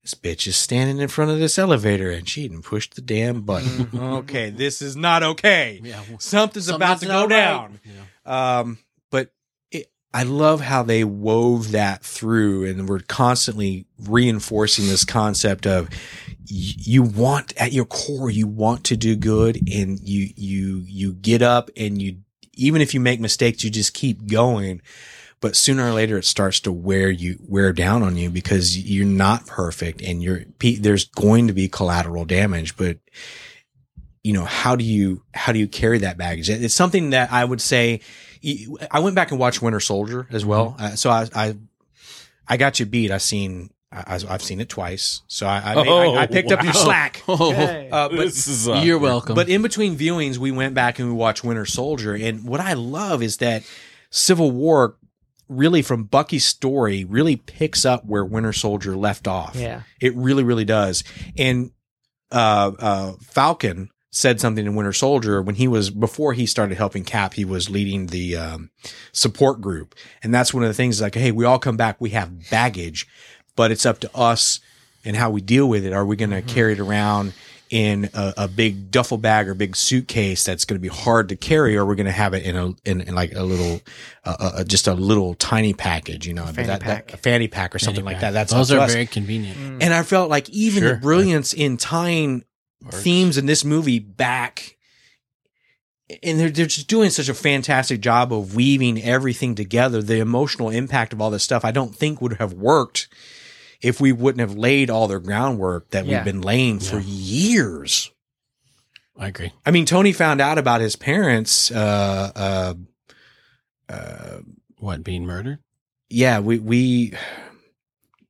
[SPEAKER 1] this bitch is standing in front of this elevator and she didn't push the damn button okay this is not okay
[SPEAKER 4] Yeah.
[SPEAKER 1] something's, about to go down um, but it, I love how they wove that through, and we're constantly reinforcing this concept of y- you want at your core, you want to do good, and you you you get up and you even if you make mistakes, you just keep going. But sooner or later, it starts to wear you wear down on you because you're not perfect, and you're pe- there's going to be collateral damage. But you know how do you how do you carry that baggage It- it's something that i would say i went back and watched winter soldier as well
[SPEAKER 2] Mm-hmm.
[SPEAKER 1] uh, so I, I i got you beat i seen I, I- i've seen it twice so i i, made- I- I, picked up your
[SPEAKER 2] Oh, wow. <laughs>
[SPEAKER 1] slack
[SPEAKER 4] Oh,
[SPEAKER 3] Hey.
[SPEAKER 1] uh, but
[SPEAKER 2] this is uh,
[SPEAKER 4] you're welcome.
[SPEAKER 1] but in between viewings, we went back and we watched Winter Soldier. And what I love is that Civil War, really from Bucky's story, really picks up where Winter Soldier left off.
[SPEAKER 3] Yeah.
[SPEAKER 1] It really, really does. And uh, uh, Falcon said something in Winter Soldier when he was before he started helping Cap, he was leading the um, support group, and that's one of the things like, hey, we all come back, we have baggage, but it's up to us and how we deal with it. Are we going to carry it around? In a, a big duffel bag or big suitcase that's going to be hard to carry, or we're going to have it in a in, in like a little, uh, uh, just a little tiny package, you know,
[SPEAKER 3] fanny
[SPEAKER 1] that, that-
[SPEAKER 3] pack.
[SPEAKER 1] a fanny pack or something like that. That's
[SPEAKER 4] those
[SPEAKER 1] up
[SPEAKER 4] are
[SPEAKER 1] to us.
[SPEAKER 4] very convenient.
[SPEAKER 1] And I felt like even
[SPEAKER 2] Sure.
[SPEAKER 1] the brilliance in tying themes in this movie back, and they're, they're just doing such a fantastic job of weaving everything together. The emotional impact of all this stuff, I don't think would have worked if we wouldn't have laid all their groundwork that
[SPEAKER 3] Yeah.
[SPEAKER 1] we've been laying for years.
[SPEAKER 4] I agree.
[SPEAKER 1] I mean, Tony found out about his parents. Uh, uh, uh,
[SPEAKER 4] What being murdered?
[SPEAKER 1] yeah, we we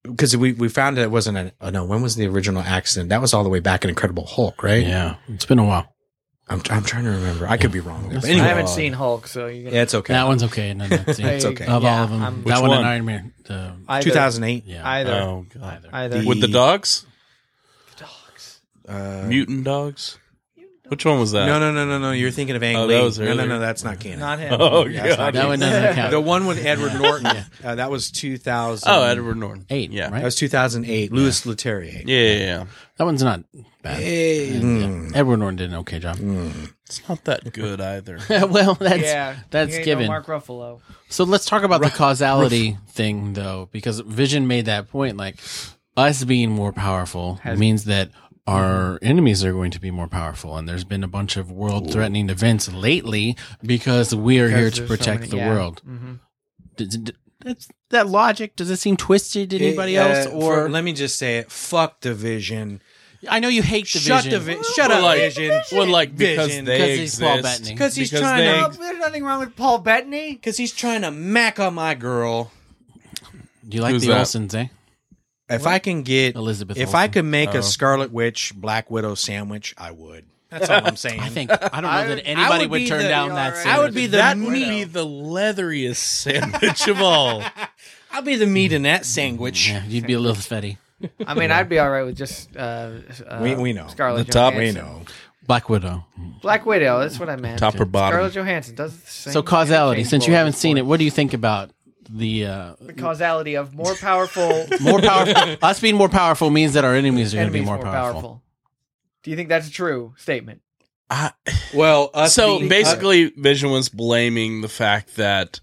[SPEAKER 1] because we we found that it wasn't an oh no when was the original accident that was all the way back in Incredible Hulk right
[SPEAKER 4] Yeah, it's been a while.
[SPEAKER 1] I'm I'm trying to remember I could be wrong there but
[SPEAKER 4] That's
[SPEAKER 1] anyway
[SPEAKER 3] I haven't
[SPEAKER 4] Well,
[SPEAKER 3] seen Hulk, so you're gonna.
[SPEAKER 1] yeah it's okay
[SPEAKER 4] That one's okay.
[SPEAKER 1] <laughs>
[SPEAKER 4] No, that's
[SPEAKER 3] I-
[SPEAKER 1] it's okay.
[SPEAKER 4] Of
[SPEAKER 3] yeah,
[SPEAKER 4] all of them,
[SPEAKER 3] I'm-
[SPEAKER 2] Which
[SPEAKER 4] that one
[SPEAKER 2] one?
[SPEAKER 4] and Iron Man. The,
[SPEAKER 3] either-
[SPEAKER 1] 2008
[SPEAKER 4] yeah,
[SPEAKER 3] Either.
[SPEAKER 2] Oh god.
[SPEAKER 4] either.
[SPEAKER 3] Either.
[SPEAKER 1] The-
[SPEAKER 2] With the dogs?
[SPEAKER 1] uh,
[SPEAKER 2] Mutant dogs? Which one was that?
[SPEAKER 1] no no no no no you're thinking of Ang
[SPEAKER 2] Oh,
[SPEAKER 1] Lee
[SPEAKER 2] that was
[SPEAKER 1] no no
[SPEAKER 2] earlier.
[SPEAKER 1] no that's not canon
[SPEAKER 2] <laughs>
[SPEAKER 3] Not him.
[SPEAKER 2] Oh
[SPEAKER 1] Yeah, it's
[SPEAKER 2] god.
[SPEAKER 1] not
[SPEAKER 4] That one
[SPEAKER 2] <laughs>
[SPEAKER 4] doesn't count.
[SPEAKER 1] the one with
[SPEAKER 4] <laughs>
[SPEAKER 1] Edward Norton uh, that was 2000
[SPEAKER 2] oh, Edward Norton.
[SPEAKER 4] Eight,
[SPEAKER 2] Yeah.
[SPEAKER 1] that
[SPEAKER 4] right?
[SPEAKER 1] was 2008 Louis Leterrier
[SPEAKER 2] Yeah, yeah, yeah.
[SPEAKER 4] That one's not bad.
[SPEAKER 1] Hey, mm,
[SPEAKER 4] Yeah. Edward Norton did an okay job.
[SPEAKER 2] It's not that good either.
[SPEAKER 4] <laughs> well, that's
[SPEAKER 3] yeah,
[SPEAKER 4] that's
[SPEAKER 3] He ain't no
[SPEAKER 4] given.
[SPEAKER 3] Mark Ruffalo.
[SPEAKER 4] So let's talk about the causality thing, though, because Vision made that point. Like, us being more powerful means that our
[SPEAKER 1] Mm-hmm.
[SPEAKER 4] enemies are going to be more powerful. And there's been a bunch of world threatening events lately because we are here
[SPEAKER 3] Because
[SPEAKER 4] to
[SPEAKER 3] there's so
[SPEAKER 4] protect
[SPEAKER 3] many-
[SPEAKER 4] the
[SPEAKER 3] yeah.
[SPEAKER 4] world.
[SPEAKER 3] Mhm.
[SPEAKER 4] Does, d- that's, that logic, does it seem twisted to anybody
[SPEAKER 1] Uh,
[SPEAKER 4] else?
[SPEAKER 1] for-
[SPEAKER 4] Or
[SPEAKER 1] let me just say it fuck division
[SPEAKER 4] I know you hate the
[SPEAKER 1] shut
[SPEAKER 4] Vision.
[SPEAKER 1] divi- shut up
[SPEAKER 2] like-
[SPEAKER 1] vision
[SPEAKER 2] well, like because
[SPEAKER 1] Vision.
[SPEAKER 2] they
[SPEAKER 4] because he's Paul
[SPEAKER 2] exist.
[SPEAKER 4] Bettany.
[SPEAKER 1] Because he's
[SPEAKER 2] Because
[SPEAKER 1] trying
[SPEAKER 2] they-
[SPEAKER 1] to,
[SPEAKER 3] Oh, there's nothing wrong with Paul Bettany.
[SPEAKER 1] because he's trying to mac on my girl.
[SPEAKER 4] Do you like
[SPEAKER 2] Who's
[SPEAKER 4] the
[SPEAKER 2] that?
[SPEAKER 4] Olsons, eh?
[SPEAKER 1] If I can get
[SPEAKER 4] Elizabeth
[SPEAKER 1] if I
[SPEAKER 4] Olsen.
[SPEAKER 1] could make
[SPEAKER 2] Oh.
[SPEAKER 1] a Scarlet Witch Black Widow sandwich, I would. That's all
[SPEAKER 2] <laughs>
[SPEAKER 1] I'm saying.
[SPEAKER 4] I think I don't know
[SPEAKER 3] I
[SPEAKER 4] that
[SPEAKER 3] would- I
[SPEAKER 4] anybody
[SPEAKER 1] would
[SPEAKER 4] would,
[SPEAKER 1] be
[SPEAKER 4] turn
[SPEAKER 1] the- E
[SPEAKER 4] down
[SPEAKER 3] You're
[SPEAKER 4] that.
[SPEAKER 3] alright.
[SPEAKER 4] sandwich.
[SPEAKER 1] I would be the
[SPEAKER 2] that would
[SPEAKER 1] meat.
[SPEAKER 2] be the leatheriest sandwich of all.
[SPEAKER 1] I'll be the meat in that sandwich.
[SPEAKER 4] Yeah, you'd be a little fetty.
[SPEAKER 3] I mean, I'd be all right with just uh, uh,
[SPEAKER 1] We- we know.
[SPEAKER 3] Scarlett
[SPEAKER 2] The top-
[SPEAKER 1] We
[SPEAKER 3] Johansson.
[SPEAKER 1] know.
[SPEAKER 4] Black Widow.
[SPEAKER 3] Black Widow. That's what I meant.
[SPEAKER 2] Top or bottom?
[SPEAKER 3] Scarlett Johansson does the same.
[SPEAKER 4] So causality. Since you haven't seen it, what do you think about the uh,
[SPEAKER 3] the causality of
[SPEAKER 1] <laughs>
[SPEAKER 3] more powerful
[SPEAKER 4] more powerful <laughs> us being more powerful means that our enemies are going to be more, powerful.
[SPEAKER 3] Do you think that's a true statement?
[SPEAKER 2] I,
[SPEAKER 4] Well, us
[SPEAKER 2] so
[SPEAKER 1] uh,
[SPEAKER 4] being-
[SPEAKER 2] basically, Vision was blaming the fact that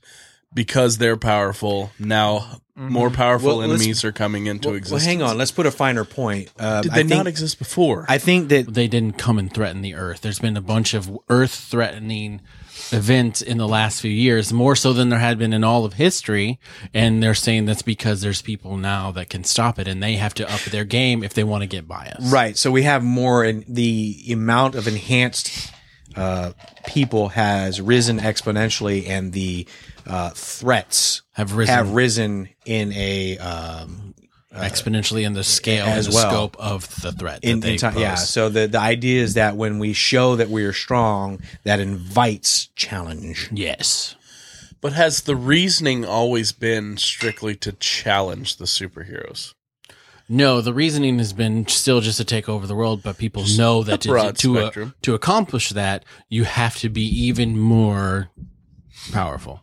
[SPEAKER 2] because they're powerful now, more powerful
[SPEAKER 1] Well, let's-
[SPEAKER 2] enemies are coming into
[SPEAKER 1] Well, well,
[SPEAKER 2] existence.
[SPEAKER 1] hang on. Let's put a finer point. Uh,
[SPEAKER 2] Did
[SPEAKER 1] I
[SPEAKER 2] they
[SPEAKER 1] think,
[SPEAKER 2] not exist before?
[SPEAKER 1] I think that
[SPEAKER 4] they didn't come and threaten the earth. There's been a bunch of earth threatening events in the last few years, more so than there had been in all of history. And they're saying that's because there's people now that can stop it and they have to up their game if they want to get by us.
[SPEAKER 1] Right. So we have more, and the amount of enhanced uh, people has risen exponentially, and the uh, threats
[SPEAKER 4] Have risen
[SPEAKER 1] have risen in a um,
[SPEAKER 4] exponentially in the scale
[SPEAKER 1] as
[SPEAKER 4] and the
[SPEAKER 1] well.
[SPEAKER 4] scope of the threat.
[SPEAKER 1] in,
[SPEAKER 4] that they
[SPEAKER 1] in time. Yeah.
[SPEAKER 4] pose.
[SPEAKER 1] So the the idea is that when we show that we are strong, that invites challenge.
[SPEAKER 4] Yes.
[SPEAKER 2] but has the reasoning always been strictly to challenge the superheroes?
[SPEAKER 4] No, the reasoning has been still just to take over the world, but people know that to,
[SPEAKER 2] broad
[SPEAKER 4] to, uh,
[SPEAKER 2] spectrum.
[SPEAKER 4] to accomplish that, you have to be even more powerful.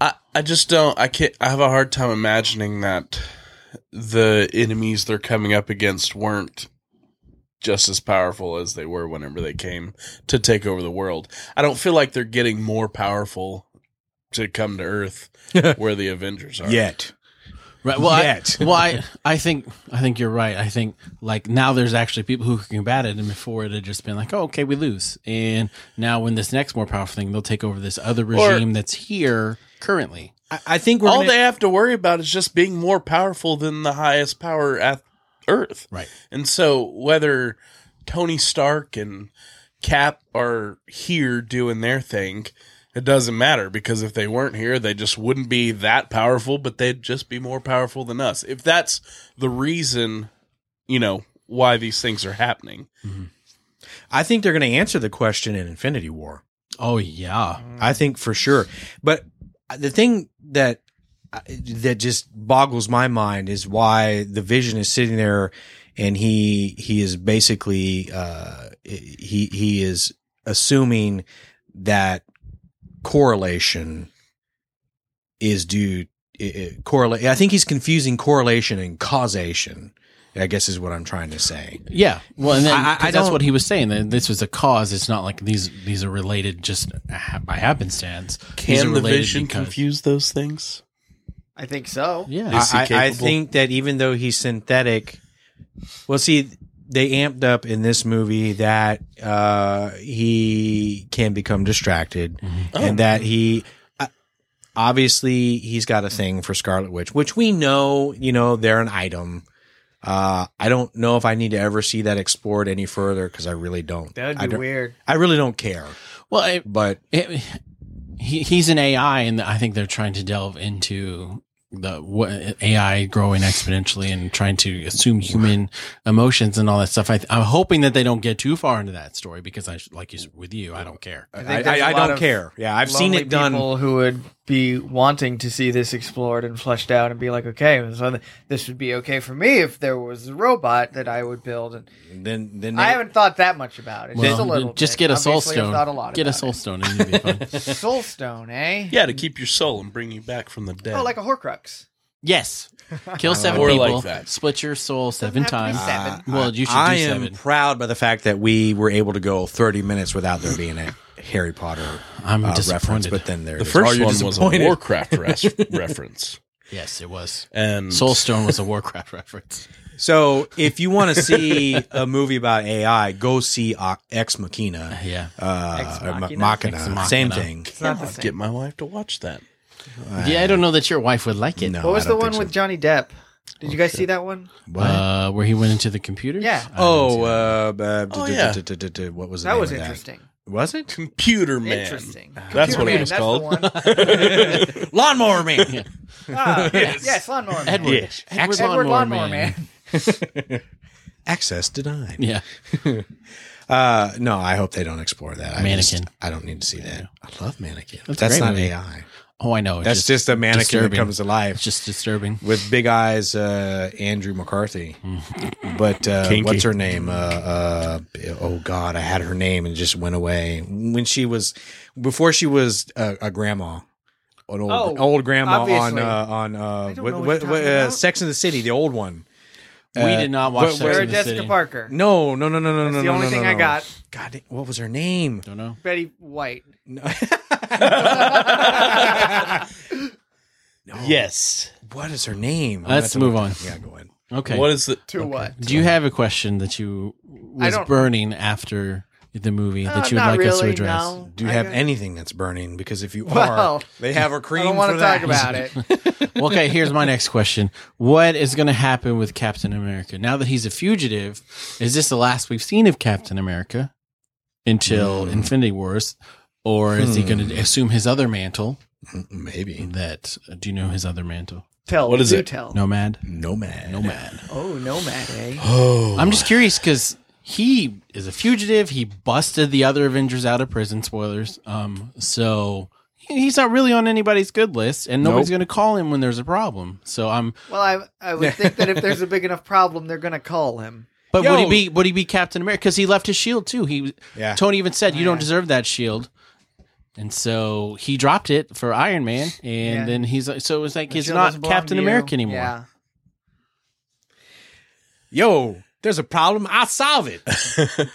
[SPEAKER 2] I, I just don't. I can't. I have a hard time imagining that the enemies they're coming up against weren't just as powerful as they were whenever they came to take over the world. I don't feel like they're getting more powerful to come to Earth where the Avengers are.
[SPEAKER 1] Yet.
[SPEAKER 4] Right. Well, I,
[SPEAKER 1] Yet.
[SPEAKER 4] <laughs> well, I, I think I think you're right. I think like now there's actually people who can combat it, and before it had just been like, oh, okay, we lose. And now when this next more powerful thing, they'll take over this other regime that's here currently.
[SPEAKER 1] I, I think we're
[SPEAKER 2] All
[SPEAKER 1] gonna-
[SPEAKER 2] they have to worry about is just being more powerful than the highest power at Earth.
[SPEAKER 4] Right.
[SPEAKER 2] And so whether Tony Stark and Cap are here doing their thing, it doesn't matter because if they weren't here, they just wouldn't be that powerful, but they'd just be more powerful than us. If that's the reason, you know, why these things are happening.
[SPEAKER 1] I think they're going to answer the question in Infinity War.
[SPEAKER 4] Oh yeah.
[SPEAKER 1] I think for sure. But the thing that uh, that just boggles my mind is why the Vision is sitting there, and he he is basically uh, he he is assuming that correlation is due correlate. I think he's confusing correlation and causation. I guess is what I'm trying to say.
[SPEAKER 4] Yeah. Well, and then
[SPEAKER 1] I- I-
[SPEAKER 4] 'cause
[SPEAKER 1] I
[SPEAKER 4] that's
[SPEAKER 1] don't-
[SPEAKER 4] what he was saying. That this was a cause. It's not like these these are related just ha- by happenstance. These are
[SPEAKER 2] Can the
[SPEAKER 4] related
[SPEAKER 2] vision
[SPEAKER 4] because-
[SPEAKER 2] confuse those things?
[SPEAKER 3] I think so.
[SPEAKER 4] Yeah.
[SPEAKER 2] Is he
[SPEAKER 1] I, I- I
[SPEAKER 2] capable?
[SPEAKER 1] think that even though he's synthetic, well, see, they amped up in this movie that uh, he can become distracted
[SPEAKER 3] Mm-hmm. Oh.
[SPEAKER 1] and that he. I- Obviously, he's got a thing for Scarlet Witch, which we know, you know, they're an item. Uh, I don't know if I need to ever see that explored any further because I really don't.
[SPEAKER 3] That would
[SPEAKER 1] I
[SPEAKER 3] be
[SPEAKER 1] don't-
[SPEAKER 3] weird.
[SPEAKER 1] I really don't care.
[SPEAKER 4] Well, it,
[SPEAKER 1] But
[SPEAKER 4] it, he, he's an AI, and I think they're trying to delve into the what AI growing exponentially and trying to assume human emotions and all that stuff. I, I'm hoping that they don't get too far into that story because I, sh- like you s- with you, I don't care.
[SPEAKER 1] I,
[SPEAKER 3] think
[SPEAKER 1] I,
[SPEAKER 3] there's a
[SPEAKER 1] I
[SPEAKER 3] lot
[SPEAKER 1] don't
[SPEAKER 3] of
[SPEAKER 1] care. Yeah, I've seen
[SPEAKER 3] Lonely
[SPEAKER 1] it done.
[SPEAKER 3] People who would be wanting to see this explored and fleshed out and be like, okay, so th- this would be okay for me if there was a robot that I would build. And
[SPEAKER 1] Then, then
[SPEAKER 3] I
[SPEAKER 1] they-
[SPEAKER 3] haven't thought that much about it. just a
[SPEAKER 4] Well,
[SPEAKER 3] little.
[SPEAKER 4] just
[SPEAKER 3] bit.
[SPEAKER 4] get a soul
[SPEAKER 3] Obviously, I've
[SPEAKER 4] stone.
[SPEAKER 3] Thought a lot
[SPEAKER 4] get a
[SPEAKER 3] about
[SPEAKER 4] soul
[SPEAKER 3] it.
[SPEAKER 4] stone, and you'll be fine.
[SPEAKER 3] <laughs> Soul stone, eh?
[SPEAKER 2] Yeah, to keep your soul and bring you back from the dead.
[SPEAKER 3] Oh, like a Horcrux.
[SPEAKER 4] yes, kill seven
[SPEAKER 2] Or
[SPEAKER 4] people,
[SPEAKER 2] like that.
[SPEAKER 4] split your soul seven
[SPEAKER 3] have to be
[SPEAKER 4] times. Ah.
[SPEAKER 3] seven.
[SPEAKER 4] Uh, Well, you should
[SPEAKER 1] I
[SPEAKER 4] do
[SPEAKER 1] am
[SPEAKER 4] seven.
[SPEAKER 1] proud by the fact that we were able to go 30 minutes without there being a Harry Potter
[SPEAKER 4] I'm
[SPEAKER 1] uh, reference,
[SPEAKER 4] disappointed.
[SPEAKER 1] but then there it
[SPEAKER 2] the
[SPEAKER 1] is.
[SPEAKER 2] first
[SPEAKER 1] Are you
[SPEAKER 2] one was a
[SPEAKER 1] disappointed?
[SPEAKER 2] Warcraft res- reference.
[SPEAKER 4] yes, it was.
[SPEAKER 2] And
[SPEAKER 4] Soulstone was a Warcraft reference.
[SPEAKER 1] So if you want to see a movie about AI, go see uh, Ex Machina.
[SPEAKER 4] Yeah.
[SPEAKER 1] Uh,
[SPEAKER 3] Ex
[SPEAKER 1] or Ma-
[SPEAKER 3] Machina?
[SPEAKER 1] Machina.
[SPEAKER 4] Ex Machina.
[SPEAKER 1] Same thing.
[SPEAKER 3] It's not the
[SPEAKER 2] I'd
[SPEAKER 3] same.
[SPEAKER 2] get my wife to watch that.
[SPEAKER 4] yeah, I don't know that your wife would like it.
[SPEAKER 1] No,
[SPEAKER 3] what was
[SPEAKER 1] I
[SPEAKER 3] the
[SPEAKER 1] don't
[SPEAKER 3] one
[SPEAKER 1] think so. Oh,
[SPEAKER 3] with Johnny Depp? Did you guys see that one?
[SPEAKER 1] What?
[SPEAKER 4] Uh, where he went into the computer?
[SPEAKER 3] Yeah.
[SPEAKER 1] oh, uh, uh,
[SPEAKER 2] Oh,
[SPEAKER 1] d- d-
[SPEAKER 2] yeah.
[SPEAKER 1] d- d- d- d- what was the
[SPEAKER 3] That
[SPEAKER 1] name
[SPEAKER 3] was
[SPEAKER 1] of
[SPEAKER 3] interesting.
[SPEAKER 1] Was it?
[SPEAKER 4] <laughs>
[SPEAKER 2] Computer Man.
[SPEAKER 3] Interesting.
[SPEAKER 2] That's
[SPEAKER 3] Computer
[SPEAKER 2] what
[SPEAKER 3] Man,
[SPEAKER 2] it was
[SPEAKER 3] that's the
[SPEAKER 2] called.
[SPEAKER 3] one.
[SPEAKER 1] <laughs> Lawnmower Man.
[SPEAKER 4] <laughs>
[SPEAKER 3] Ah, yes. Lawnmower Man.
[SPEAKER 4] Edward.
[SPEAKER 1] Yes.
[SPEAKER 4] Edward,
[SPEAKER 3] Edward
[SPEAKER 4] Lawnmower,
[SPEAKER 3] Lawnmower
[SPEAKER 4] Man.
[SPEAKER 3] Man.
[SPEAKER 1] Access denied.
[SPEAKER 4] Yeah.
[SPEAKER 1] Uh, no, I hope they don't explore that. I just-
[SPEAKER 4] Mannequin.
[SPEAKER 1] I don't need to see that. I love Mannequin.
[SPEAKER 4] That's
[SPEAKER 1] That's,
[SPEAKER 4] a great
[SPEAKER 1] not
[SPEAKER 4] movie.
[SPEAKER 1] AI.
[SPEAKER 4] Oh, I know. It's
[SPEAKER 1] That's just, a mannequin
[SPEAKER 4] disturbing.
[SPEAKER 1] that comes to life
[SPEAKER 4] It's just disturbing.
[SPEAKER 1] with big eyes, uh, Andrew
[SPEAKER 4] <laughs>
[SPEAKER 1] McCarthy. but uh,
[SPEAKER 2] Kinky.
[SPEAKER 1] what's her name? Uh, uh, oh God, I had her name and it just went away when she was before she was a, a grandma. an old
[SPEAKER 3] Oh,
[SPEAKER 1] old grandma
[SPEAKER 3] obviously.
[SPEAKER 1] on uh, on uh,
[SPEAKER 3] I don't
[SPEAKER 1] what,
[SPEAKER 3] know what
[SPEAKER 1] what, what,
[SPEAKER 3] you're talking
[SPEAKER 1] uh,
[SPEAKER 3] about.
[SPEAKER 1] Sex in the City, the old one.
[SPEAKER 4] We
[SPEAKER 1] Uh,
[SPEAKER 4] did not watch
[SPEAKER 1] what-
[SPEAKER 4] Sex
[SPEAKER 1] where-
[SPEAKER 3] Sarah
[SPEAKER 4] in the
[SPEAKER 3] Jessica
[SPEAKER 4] City.
[SPEAKER 3] Parker.
[SPEAKER 1] No, no, no, no, no,
[SPEAKER 3] That's
[SPEAKER 1] no.
[SPEAKER 3] the
[SPEAKER 1] no,
[SPEAKER 3] only
[SPEAKER 1] no,
[SPEAKER 3] thing
[SPEAKER 1] no,
[SPEAKER 3] I
[SPEAKER 1] no.
[SPEAKER 3] got.
[SPEAKER 1] God, it- what was her name?
[SPEAKER 4] Don't know.
[SPEAKER 3] Betty White.
[SPEAKER 1] No. <laughs> No.
[SPEAKER 2] Yes.
[SPEAKER 1] What is her name? I'm
[SPEAKER 4] Let's
[SPEAKER 1] gonna have
[SPEAKER 4] move
[SPEAKER 1] to
[SPEAKER 4] on.
[SPEAKER 1] look that- Yeah, go ahead.
[SPEAKER 4] Okay.
[SPEAKER 2] What is the?
[SPEAKER 3] To what? Uh,
[SPEAKER 4] Do you have a question that you
[SPEAKER 3] I
[SPEAKER 4] was
[SPEAKER 3] don't-
[SPEAKER 4] burning after the movie
[SPEAKER 3] Uh,
[SPEAKER 4] that you would
[SPEAKER 3] not
[SPEAKER 4] like us to
[SPEAKER 3] really,
[SPEAKER 4] address?
[SPEAKER 3] no.
[SPEAKER 1] Do you
[SPEAKER 3] I
[SPEAKER 1] have
[SPEAKER 3] got-
[SPEAKER 1] anything that's burning? Because if you are,
[SPEAKER 3] Well,
[SPEAKER 1] they have a cream.
[SPEAKER 3] I don't want
[SPEAKER 1] for
[SPEAKER 3] to talk
[SPEAKER 1] that.
[SPEAKER 3] about
[SPEAKER 1] <laughs>
[SPEAKER 3] it.
[SPEAKER 4] Well, okay, here's my next question. What is going to happen with Captain America? Now that he's a fugitive, is this the last we've seen of Captain America until
[SPEAKER 1] Hmm.
[SPEAKER 4] Infinity Wars? Or is he
[SPEAKER 1] Hmm.
[SPEAKER 4] going to assume his other mantle?
[SPEAKER 1] Maybe
[SPEAKER 4] That uh, do you know his other mantle?
[SPEAKER 3] Tell.
[SPEAKER 2] What is
[SPEAKER 3] do
[SPEAKER 2] it?
[SPEAKER 3] Tell.
[SPEAKER 4] Nomad.
[SPEAKER 1] nomad.
[SPEAKER 4] Nomad.
[SPEAKER 3] Oh, Nomad, eh?
[SPEAKER 1] Oh,
[SPEAKER 4] I'm just curious because he is a fugitive. He busted the other Avengers out of prison. Spoilers. Um, so he- he's not really on anybody's good list, and nobody's
[SPEAKER 1] Nope.
[SPEAKER 4] going to call him when there's a problem. So I'm.
[SPEAKER 3] Well, I I would think that if there's a big enough problem, they're gonna call him.
[SPEAKER 4] But
[SPEAKER 1] Yo.
[SPEAKER 4] would he be? Would he be Captain America? Because he left his shield too. He
[SPEAKER 1] Yeah.
[SPEAKER 4] Tony even said, "You
[SPEAKER 3] Yeah.
[SPEAKER 4] don't deserve that shield." And so he dropped it for Iron Man, and
[SPEAKER 3] Yeah.
[SPEAKER 4] then he's like- so it was like
[SPEAKER 3] The
[SPEAKER 4] <laughs> he's
[SPEAKER 3] shield
[SPEAKER 4] not
[SPEAKER 3] doesn't belong
[SPEAKER 4] Captain
[SPEAKER 3] to you.
[SPEAKER 4] America anymore.
[SPEAKER 3] Yeah.
[SPEAKER 1] yo, there's a problem. I solve
[SPEAKER 4] <laughs>
[SPEAKER 1] it.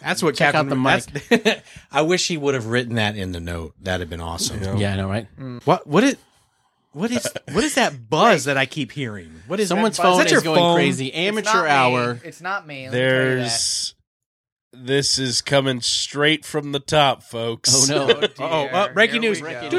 [SPEAKER 1] That's what
[SPEAKER 4] Check
[SPEAKER 1] Captain.
[SPEAKER 4] out
[SPEAKER 1] the mic. <laughs> I wish he would have written that in the note. That'd have been awesome.
[SPEAKER 2] Yeah.
[SPEAKER 4] Yeah, I know, right?
[SPEAKER 3] Mm.
[SPEAKER 1] What? What it? What is? <laughs> What is that buzz that I keep
[SPEAKER 4] <laughs>
[SPEAKER 1] hearing? What is
[SPEAKER 4] Someone's
[SPEAKER 3] that buzz?
[SPEAKER 4] phone
[SPEAKER 1] Is that your
[SPEAKER 4] is, going
[SPEAKER 1] phone?
[SPEAKER 4] crazy.
[SPEAKER 3] It's not
[SPEAKER 4] Amateur
[SPEAKER 3] me.
[SPEAKER 4] hour.
[SPEAKER 3] It's not me. let me tell you that.
[SPEAKER 2] There's. This is coming straight from the top, folks.
[SPEAKER 4] <laughs>
[SPEAKER 2] <laughs>
[SPEAKER 4] Oh no!
[SPEAKER 3] dear.
[SPEAKER 1] <laughs> Oh, oh, breaking
[SPEAKER 3] Here
[SPEAKER 1] news!
[SPEAKER 3] we go.
[SPEAKER 4] do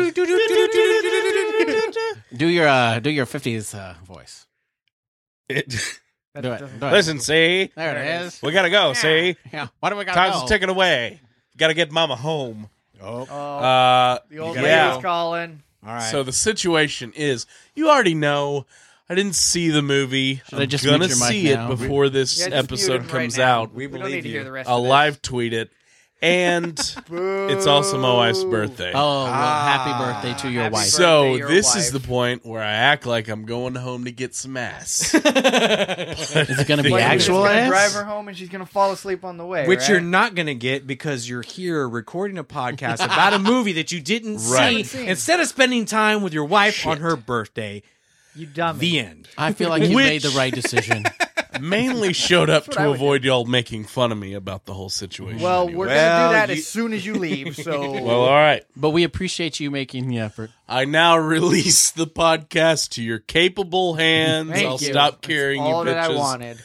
[SPEAKER 4] your uh, do your fifties uh, voice.
[SPEAKER 2] <laughs> It-
[SPEAKER 3] That
[SPEAKER 4] Do it.
[SPEAKER 3] doesn't-
[SPEAKER 4] Do it. <laughs>
[SPEAKER 2] listen, see,
[SPEAKER 4] There it is.
[SPEAKER 2] we gotta go. See,
[SPEAKER 4] Yeah. Why do we got Oh.
[SPEAKER 2] time's ticking away. Gotta get Mama home.
[SPEAKER 1] Oh, all
[SPEAKER 3] Oh,
[SPEAKER 2] Uh,
[SPEAKER 3] the old
[SPEAKER 2] yeah.
[SPEAKER 3] lady's calling.
[SPEAKER 1] right.
[SPEAKER 2] So the situation is, you already know. I didn't see the movie.
[SPEAKER 4] Should I
[SPEAKER 2] I'm
[SPEAKER 4] just
[SPEAKER 2] gonna
[SPEAKER 4] mute your mic
[SPEAKER 2] see it
[SPEAKER 4] now?
[SPEAKER 2] before this
[SPEAKER 3] Yeah, just mute
[SPEAKER 2] episode
[SPEAKER 3] him right
[SPEAKER 2] comes
[SPEAKER 3] now.
[SPEAKER 2] out.
[SPEAKER 1] We
[SPEAKER 3] We, don't
[SPEAKER 1] believe
[SPEAKER 3] need to
[SPEAKER 1] you.
[SPEAKER 3] hear the rest.
[SPEAKER 2] I'll
[SPEAKER 3] of this.
[SPEAKER 2] live tweet it,
[SPEAKER 3] <laughs>
[SPEAKER 2] and it's also my wife's birthday.
[SPEAKER 4] Oh, well,
[SPEAKER 1] Ah.
[SPEAKER 4] happy birthday to your
[SPEAKER 3] Happy
[SPEAKER 4] wife.
[SPEAKER 3] birthday.
[SPEAKER 2] So
[SPEAKER 3] your
[SPEAKER 2] this
[SPEAKER 3] wife.
[SPEAKER 2] is the point where I act like I'm going home to get some
[SPEAKER 3] <laughs>
[SPEAKER 2] ass.
[SPEAKER 4] Is it going to
[SPEAKER 2] Like,
[SPEAKER 3] Like,
[SPEAKER 4] be
[SPEAKER 3] you're just
[SPEAKER 4] actual
[SPEAKER 3] gonna
[SPEAKER 4] ass?
[SPEAKER 3] Drive her home, and she's gonna fall asleep on the way.
[SPEAKER 1] Which
[SPEAKER 3] right?
[SPEAKER 1] you're not going to get because you're here recording a podcast about a movie that you <laughs> didn't
[SPEAKER 2] Right.
[SPEAKER 1] see. Instead of spending time with your wife on her birthday,
[SPEAKER 3] you dummy.
[SPEAKER 1] the end.
[SPEAKER 4] I feel like you
[SPEAKER 2] Which-
[SPEAKER 4] made the right decision.
[SPEAKER 2] Mainly showed up
[SPEAKER 3] I
[SPEAKER 2] to
[SPEAKER 3] would
[SPEAKER 2] avoid y'all making fun of me about the whole situation.
[SPEAKER 3] Well,
[SPEAKER 2] anyway.
[SPEAKER 3] we're
[SPEAKER 1] Well,
[SPEAKER 3] gonna do that
[SPEAKER 1] you-
[SPEAKER 3] as soon as you leave. So
[SPEAKER 2] well, all right.
[SPEAKER 4] But we appreciate you making the effort.
[SPEAKER 2] I now <laughs> release the podcast to your capable hands.
[SPEAKER 3] thank
[SPEAKER 2] I'll
[SPEAKER 3] you.
[SPEAKER 2] stop
[SPEAKER 3] That's
[SPEAKER 2] carrying you
[SPEAKER 3] all
[SPEAKER 2] bitches.
[SPEAKER 3] that I wanted.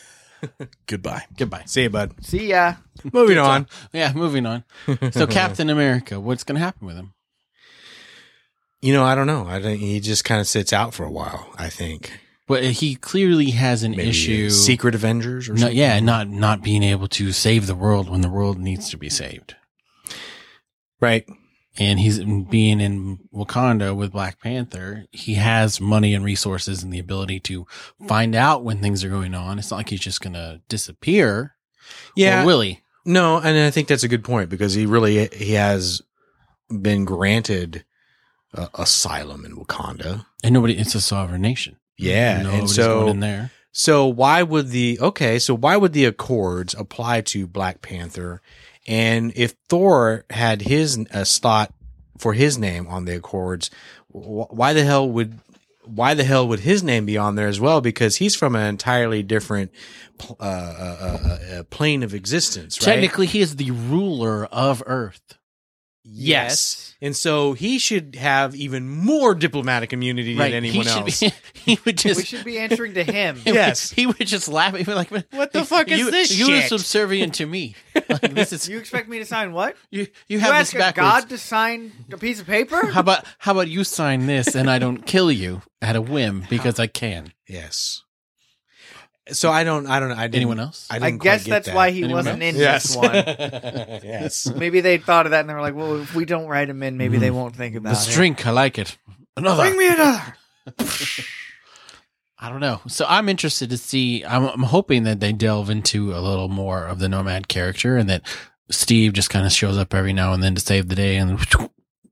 [SPEAKER 2] Goodbye.
[SPEAKER 4] Goodbye.
[SPEAKER 1] See you, bud.
[SPEAKER 3] See ya.
[SPEAKER 1] Moving <laughs> on.
[SPEAKER 4] uh, Yeah, moving on.
[SPEAKER 1] <laughs>
[SPEAKER 4] So Captain America, what's going to happen with him?
[SPEAKER 1] You know, I don't know. I think he just kind of sits out for a while. I think
[SPEAKER 4] Well, he clearly has an
[SPEAKER 1] Maybe
[SPEAKER 4] issue.
[SPEAKER 1] Secret Avengers or
[SPEAKER 4] No,
[SPEAKER 1] something.
[SPEAKER 4] yeah, not not being able to save the world when the world needs to be saved.
[SPEAKER 1] Right.
[SPEAKER 4] and he's mm, being in Wakanda with Black Panther, he has money and resources and the ability to find out when things are going on. It's not like he's just going to disappear.
[SPEAKER 1] Yeah.
[SPEAKER 4] Or will he?
[SPEAKER 1] no, and I think that's a good point because he really he has been granted uh, asylum in Wakanda.
[SPEAKER 4] And nobody, it's a sovereign nation.
[SPEAKER 1] Yeah,
[SPEAKER 4] Nobody's
[SPEAKER 1] and so
[SPEAKER 4] going in there.
[SPEAKER 1] So why would the okay? So why would the Accords apply to Black Panther? And if Thor had his a slot for his name on the Accords, wh- why the hell would why the hell would his name be on there as well? Because he's from an entirely different pl- uh, uh, uh, uh, plane of existence, right?
[SPEAKER 4] Technically, he is the ruler of Earth.
[SPEAKER 1] yes. And so he should have even more diplomatic immunity
[SPEAKER 4] right.
[SPEAKER 1] than anyone
[SPEAKER 4] he should
[SPEAKER 1] else.
[SPEAKER 4] <laughs> Be, he would
[SPEAKER 3] We
[SPEAKER 4] just.
[SPEAKER 3] should be answering to him.
[SPEAKER 4] <laughs> he would-
[SPEAKER 1] Yes.
[SPEAKER 4] He would just laugh. He'd be like,
[SPEAKER 1] What the fuck is
[SPEAKER 4] you,
[SPEAKER 1] this
[SPEAKER 4] You are
[SPEAKER 1] shit?"
[SPEAKER 4] subservient
[SPEAKER 1] <laughs>
[SPEAKER 4] to me. Like, this is,
[SPEAKER 3] You expect me to sign what?
[SPEAKER 4] you, you
[SPEAKER 3] You
[SPEAKER 4] have
[SPEAKER 3] ask
[SPEAKER 4] this
[SPEAKER 3] a
[SPEAKER 4] backwards.
[SPEAKER 3] god to sign a piece of paper?
[SPEAKER 4] How about how about you sign this and I don't kill you at a whim because
[SPEAKER 1] <laughs>
[SPEAKER 4] I can.
[SPEAKER 1] yes. So I don't. I don't. I didn't,
[SPEAKER 4] Anyone else?
[SPEAKER 1] I, didn't
[SPEAKER 3] I
[SPEAKER 1] quite
[SPEAKER 3] guess
[SPEAKER 1] get
[SPEAKER 3] that's
[SPEAKER 1] that.
[SPEAKER 3] why he
[SPEAKER 4] Anyone
[SPEAKER 3] wasn't
[SPEAKER 4] else?
[SPEAKER 3] in this
[SPEAKER 1] <laughs>
[SPEAKER 3] one.
[SPEAKER 1] yes.
[SPEAKER 3] Maybe they thought of that and they were like, "Well, if we don't write him in, maybe
[SPEAKER 4] Hmm.
[SPEAKER 3] they won't think about
[SPEAKER 4] Let's
[SPEAKER 3] it."
[SPEAKER 4] drink. I like it. Another.
[SPEAKER 3] Bring me another.
[SPEAKER 4] I don't know. So I'm interested to see. I'm, I'm hoping that they delve into a little more of the nomad character and that Steve just kind of shows up every now and then to save the day and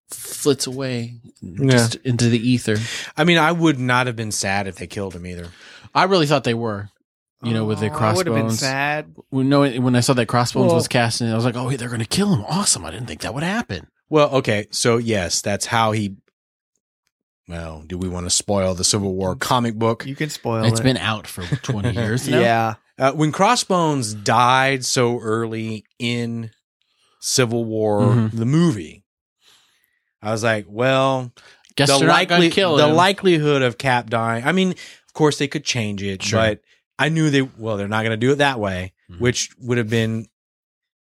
[SPEAKER 4] flits away just into the ether.
[SPEAKER 1] I mean, I would not have been sad if they killed him either.
[SPEAKER 4] I really thought they were. You know, with the
[SPEAKER 3] Oh, I would have been
[SPEAKER 4] crossbones.
[SPEAKER 3] sad.
[SPEAKER 4] When, no, when I saw that crossbones
[SPEAKER 3] Well-
[SPEAKER 4] was casting, I was like, "Oh, they're going to kill him! Awesome! I didn't think that would happen."
[SPEAKER 1] Well, okay, so yes, that's how he Well, do we want to spoil the Civil War comic book?
[SPEAKER 3] You can spoil
[SPEAKER 4] It's
[SPEAKER 3] it.
[SPEAKER 4] been out for 20
[SPEAKER 1] <laughs>
[SPEAKER 4] years now.
[SPEAKER 3] yeah.
[SPEAKER 1] Uh, when Crossbones died so early in Civil War,
[SPEAKER 4] Mhm.
[SPEAKER 1] the movie, I was like, well,
[SPEAKER 4] Guess
[SPEAKER 1] the
[SPEAKER 4] they're not
[SPEAKER 1] likely
[SPEAKER 4] going to kill
[SPEAKER 1] the
[SPEAKER 4] him.
[SPEAKER 1] likelihood of Cap dying. I mean, of course they could change it,
[SPEAKER 4] Sure.
[SPEAKER 1] but I knew they well they're not going to do it that way,
[SPEAKER 4] Mhm.
[SPEAKER 1] which would have been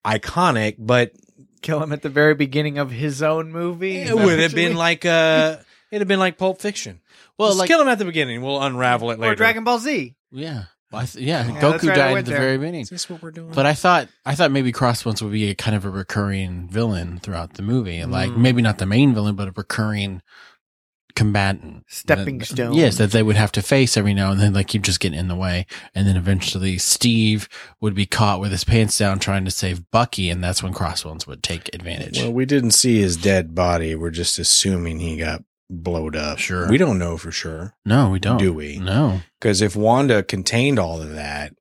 [SPEAKER 1] iconic, but
[SPEAKER 3] Kill him at the very beginning of his own movie.
[SPEAKER 1] it would have been like uh <laughs> it'd have been like Pulp Fiction.
[SPEAKER 4] well,
[SPEAKER 1] Just
[SPEAKER 4] like,
[SPEAKER 1] kill him at the beginning. We'll unravel it later.
[SPEAKER 3] or Dragon Ball Z.
[SPEAKER 4] yeah, Well, I th- yeah,
[SPEAKER 1] Yeah,
[SPEAKER 4] Goku
[SPEAKER 3] that's right, I
[SPEAKER 4] died
[SPEAKER 3] went
[SPEAKER 4] at the
[SPEAKER 3] there.
[SPEAKER 4] very beginning.
[SPEAKER 1] Is this what we're doing?
[SPEAKER 4] But I thought I thought maybe Crossbones would be a kind of a recurring villain throughout the movie, like
[SPEAKER 3] Mm.
[SPEAKER 4] maybe not the main villain, but a recurring combatant,
[SPEAKER 3] Stepping
[SPEAKER 4] That-
[SPEAKER 3] stone.
[SPEAKER 4] Yes, that they would have to face every now and then, like you just get in the way, and then eventually Steve would be caught with his pants down trying to save Bucky, and that's when Crossbones would take advantage.
[SPEAKER 1] Well, we didn't see his dead body. We're just assuming he got blowed up.
[SPEAKER 4] Sure.
[SPEAKER 1] We don't know for sure.
[SPEAKER 4] no, we don't.
[SPEAKER 1] Do we?
[SPEAKER 4] No.
[SPEAKER 1] Because if Wanda contained all of that,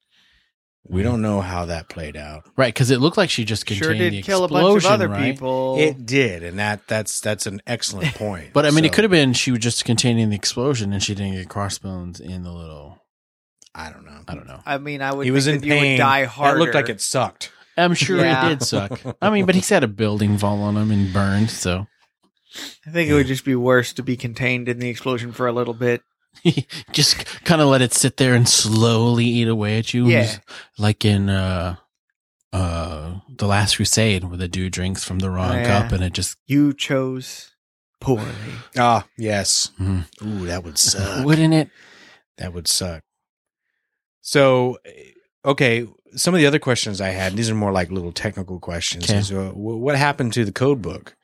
[SPEAKER 4] Mm-hmm.
[SPEAKER 1] we don't know how that played out.
[SPEAKER 4] Right, because it looked like she just contained
[SPEAKER 3] Sure
[SPEAKER 4] the
[SPEAKER 3] did kill a
[SPEAKER 4] explosion,
[SPEAKER 3] bunch of other
[SPEAKER 4] right?
[SPEAKER 3] people.
[SPEAKER 1] It did, and that that's that's an
[SPEAKER 4] <laughs>
[SPEAKER 1] excellent point.
[SPEAKER 4] But I mean, it
[SPEAKER 1] So,
[SPEAKER 4] could have been she was just containing the explosion, and she didn't get Crossbones in the little.
[SPEAKER 1] I don't know.
[SPEAKER 4] I don't know.
[SPEAKER 3] I mean, I would.
[SPEAKER 1] He was in
[SPEAKER 3] think that you
[SPEAKER 1] pain.
[SPEAKER 3] Would die harder.
[SPEAKER 1] That looked like it <laughs> sucked.
[SPEAKER 4] I'm sure
[SPEAKER 3] Yeah.
[SPEAKER 4] it did suck. I mean, but he's had a building fall on him and burned, so
[SPEAKER 3] I think it would just be worse to be contained in the explosion for a little bit.
[SPEAKER 4] just kind of let it sit there and slowly eat away at you.
[SPEAKER 3] Yeah.
[SPEAKER 4] Just Like in uh uh The Last Crusade where the dude drinks from the wrong
[SPEAKER 3] Oh, yeah.
[SPEAKER 4] cup and it just
[SPEAKER 3] You chose poorly.
[SPEAKER 1] <laughs> Ah, yes.
[SPEAKER 4] Mhm.
[SPEAKER 1] Ooh, that
[SPEAKER 4] <laughs>
[SPEAKER 1] would suck.
[SPEAKER 4] wouldn't it?
[SPEAKER 1] That would suck. So, eh, okay, some of the other questions I had, these are more like little technical questions.
[SPEAKER 4] Okay.
[SPEAKER 1] Is, uh, wh- what happened to the code book?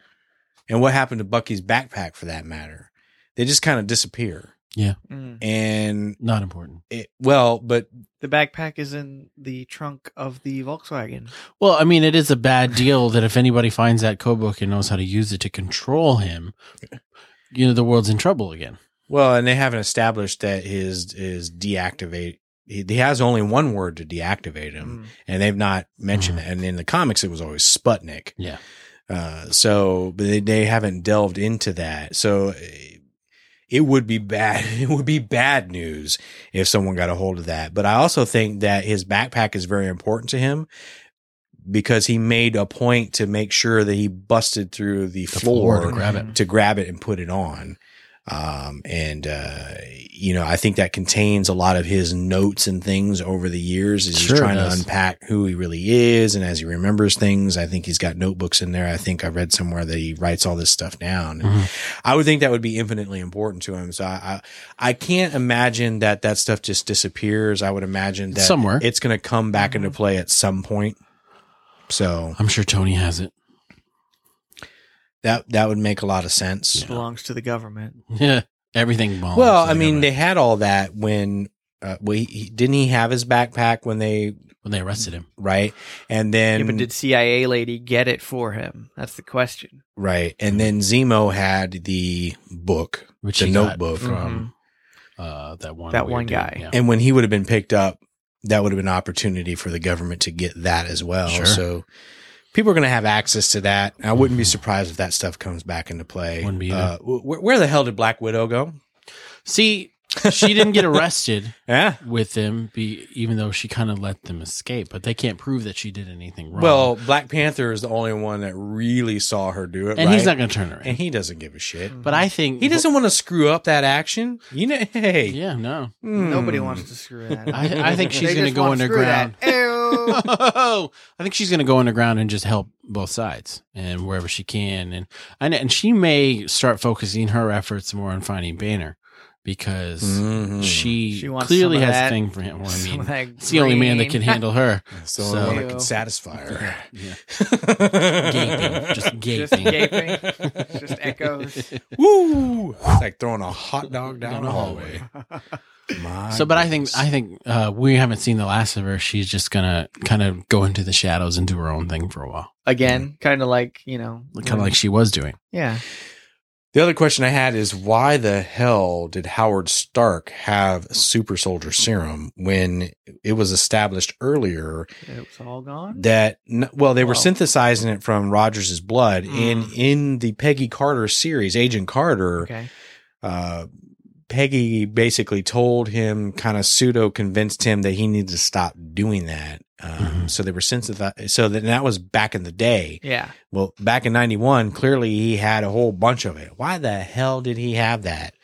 [SPEAKER 1] And what happened to Bucky's backpack for that matter? They just kind of disappear.
[SPEAKER 3] Mm.
[SPEAKER 1] And
[SPEAKER 4] Not important.
[SPEAKER 1] it, well, but
[SPEAKER 3] The backpack is in the trunk of the Volkswagen.
[SPEAKER 4] Well, I mean, it is a bad deal that if anybody finds that code book and knows how to use it to control him, you know, the world's in trouble again.
[SPEAKER 1] well, and they haven't established that his is deactivate. He, he has only one word to deactivate him,
[SPEAKER 3] Mm.
[SPEAKER 1] and they've not mentioned
[SPEAKER 4] Mhm.
[SPEAKER 1] it. And in the comics, it was always Sputnik.
[SPEAKER 4] Yeah.
[SPEAKER 1] Uh, so but they, they haven't delved into that. So eh, it would be bad. <laughs> It would be bad news if someone got a hold of that. But I also think that his backpack is very important to him because he made a point to make sure that he busted through the,
[SPEAKER 4] The
[SPEAKER 1] floor,
[SPEAKER 4] to grab it.
[SPEAKER 1] to grab it and put it on. Um, and, uh, you know, I think that contains a lot of his notes and things over the years as
[SPEAKER 4] Sure
[SPEAKER 1] he's trying to
[SPEAKER 4] does.
[SPEAKER 1] unpack who he really is. And as he remembers things, I think he's got notebooks in there. I think I read somewhere that he writes all this stuff down. And
[SPEAKER 4] Mhm.
[SPEAKER 1] I would think that would be infinitely important to him. So I, I, I can't imagine that that stuff just disappears. I would imagine that
[SPEAKER 4] Somewhere.
[SPEAKER 1] it's going to come back into play at some point. So
[SPEAKER 4] I'm sure Tony has it. <laughs>
[SPEAKER 1] that, that would make a lot of sense.
[SPEAKER 3] Belongs to the government.
[SPEAKER 4] Yeah. Everything belongs.
[SPEAKER 1] Well,
[SPEAKER 4] to
[SPEAKER 1] I
[SPEAKER 4] the
[SPEAKER 1] mean, they
[SPEAKER 4] government
[SPEAKER 1] had all that when uh, we he, didn't he have his backpack when they
[SPEAKER 4] when they arrested him.
[SPEAKER 1] right and then
[SPEAKER 3] Yeah, but did CIA lady get it for him? That's the question.
[SPEAKER 1] right and then Zemo had the book,
[SPEAKER 4] Which
[SPEAKER 1] the
[SPEAKER 4] he got
[SPEAKER 1] notebook,
[SPEAKER 4] from uh, that one
[SPEAKER 3] That
[SPEAKER 4] weird
[SPEAKER 3] one
[SPEAKER 4] dude.
[SPEAKER 3] guy.
[SPEAKER 4] Yeah.
[SPEAKER 1] and when he would have been picked up, that would have been an opportunity for the government to get that as well.
[SPEAKER 4] Sure.
[SPEAKER 1] So people are going to have access to that. I wouldn't be
[SPEAKER 4] Mhm.
[SPEAKER 1] surprised if that stuff comes back into play.
[SPEAKER 4] Wouldn't be
[SPEAKER 1] Uh,
[SPEAKER 4] either.
[SPEAKER 1] wh- wh- where the hell did Black Widow go?
[SPEAKER 4] See, she didn't get arrested
[SPEAKER 1] Yeah.
[SPEAKER 4] with them, be, even though she kind of let them escape. But they can't prove that she did anything wrong.
[SPEAKER 1] Well, Black Panther is the only one that really saw her do it.
[SPEAKER 4] and
[SPEAKER 1] right?
[SPEAKER 4] he's not going to turn around.
[SPEAKER 1] and he doesn't give a shit.
[SPEAKER 4] but I think
[SPEAKER 1] He doesn't want to screw up that action. You know, hey,
[SPEAKER 4] Yeah, no.
[SPEAKER 1] hmm.
[SPEAKER 3] Nobody wants to screw that.
[SPEAKER 4] I, I think
[SPEAKER 3] They
[SPEAKER 4] she's going to
[SPEAKER 3] just
[SPEAKER 4] go
[SPEAKER 3] want screw
[SPEAKER 4] underground.
[SPEAKER 3] that.
[SPEAKER 4] <laughs>
[SPEAKER 3] Ew.
[SPEAKER 4] Oh, I think she's going to go underground and just help both sides and wherever she can. And I know, and she may start focusing her efforts more on finding Banner because
[SPEAKER 1] Mhm.
[SPEAKER 4] she,
[SPEAKER 3] She wants
[SPEAKER 4] clearly
[SPEAKER 3] some of
[SPEAKER 4] has a
[SPEAKER 3] that-
[SPEAKER 4] thing for
[SPEAKER 3] <laughs>
[SPEAKER 4] him. Well, I
[SPEAKER 3] Some of
[SPEAKER 4] mean,
[SPEAKER 3] that
[SPEAKER 4] it's the only man that
[SPEAKER 3] green.
[SPEAKER 4] can handle her.
[SPEAKER 1] That's the only one that can
[SPEAKER 3] So-
[SPEAKER 1] satisfy her.
[SPEAKER 4] Yeah.
[SPEAKER 1] <laughs>
[SPEAKER 4] Gaping, just
[SPEAKER 3] Just
[SPEAKER 4] gaping.
[SPEAKER 3] gaping. It's <laughs> just
[SPEAKER 4] <laughs>
[SPEAKER 3] echoes.
[SPEAKER 1] Woo!
[SPEAKER 2] <laughs>
[SPEAKER 3] <laughs>
[SPEAKER 1] It's like throwing a hot dog down
[SPEAKER 4] Down
[SPEAKER 1] a
[SPEAKER 4] a
[SPEAKER 1] hallway. My
[SPEAKER 4] So, but I think
[SPEAKER 1] goodness.
[SPEAKER 4] I think uh, we haven't seen the last of her. She's just gonna kind of go into the shadows and do her own thing for a while,
[SPEAKER 3] Again, kind of like, you know.
[SPEAKER 4] kind of like she was doing.
[SPEAKER 3] Yeah.
[SPEAKER 1] the other question I had is why the hell did Howard Stark have super soldier serum when it was established earlier
[SPEAKER 3] It was all gone.
[SPEAKER 1] that n- well they were
[SPEAKER 3] Wow.
[SPEAKER 1] synthesizing it from Rogers' blood
[SPEAKER 3] Mm.
[SPEAKER 1] and in the Peggy Carter series Agent Carter
[SPEAKER 3] Okay.
[SPEAKER 1] uh, Peggy basically told him, kind of pseudo convinced him that he needed to stop doing that. Um,
[SPEAKER 4] Mhm.
[SPEAKER 1] So they were sensitized. So that, and that was back in the day.
[SPEAKER 3] Yeah.
[SPEAKER 1] Well, back in 91, clearly he had a whole bunch of it. Why the hell did he have that?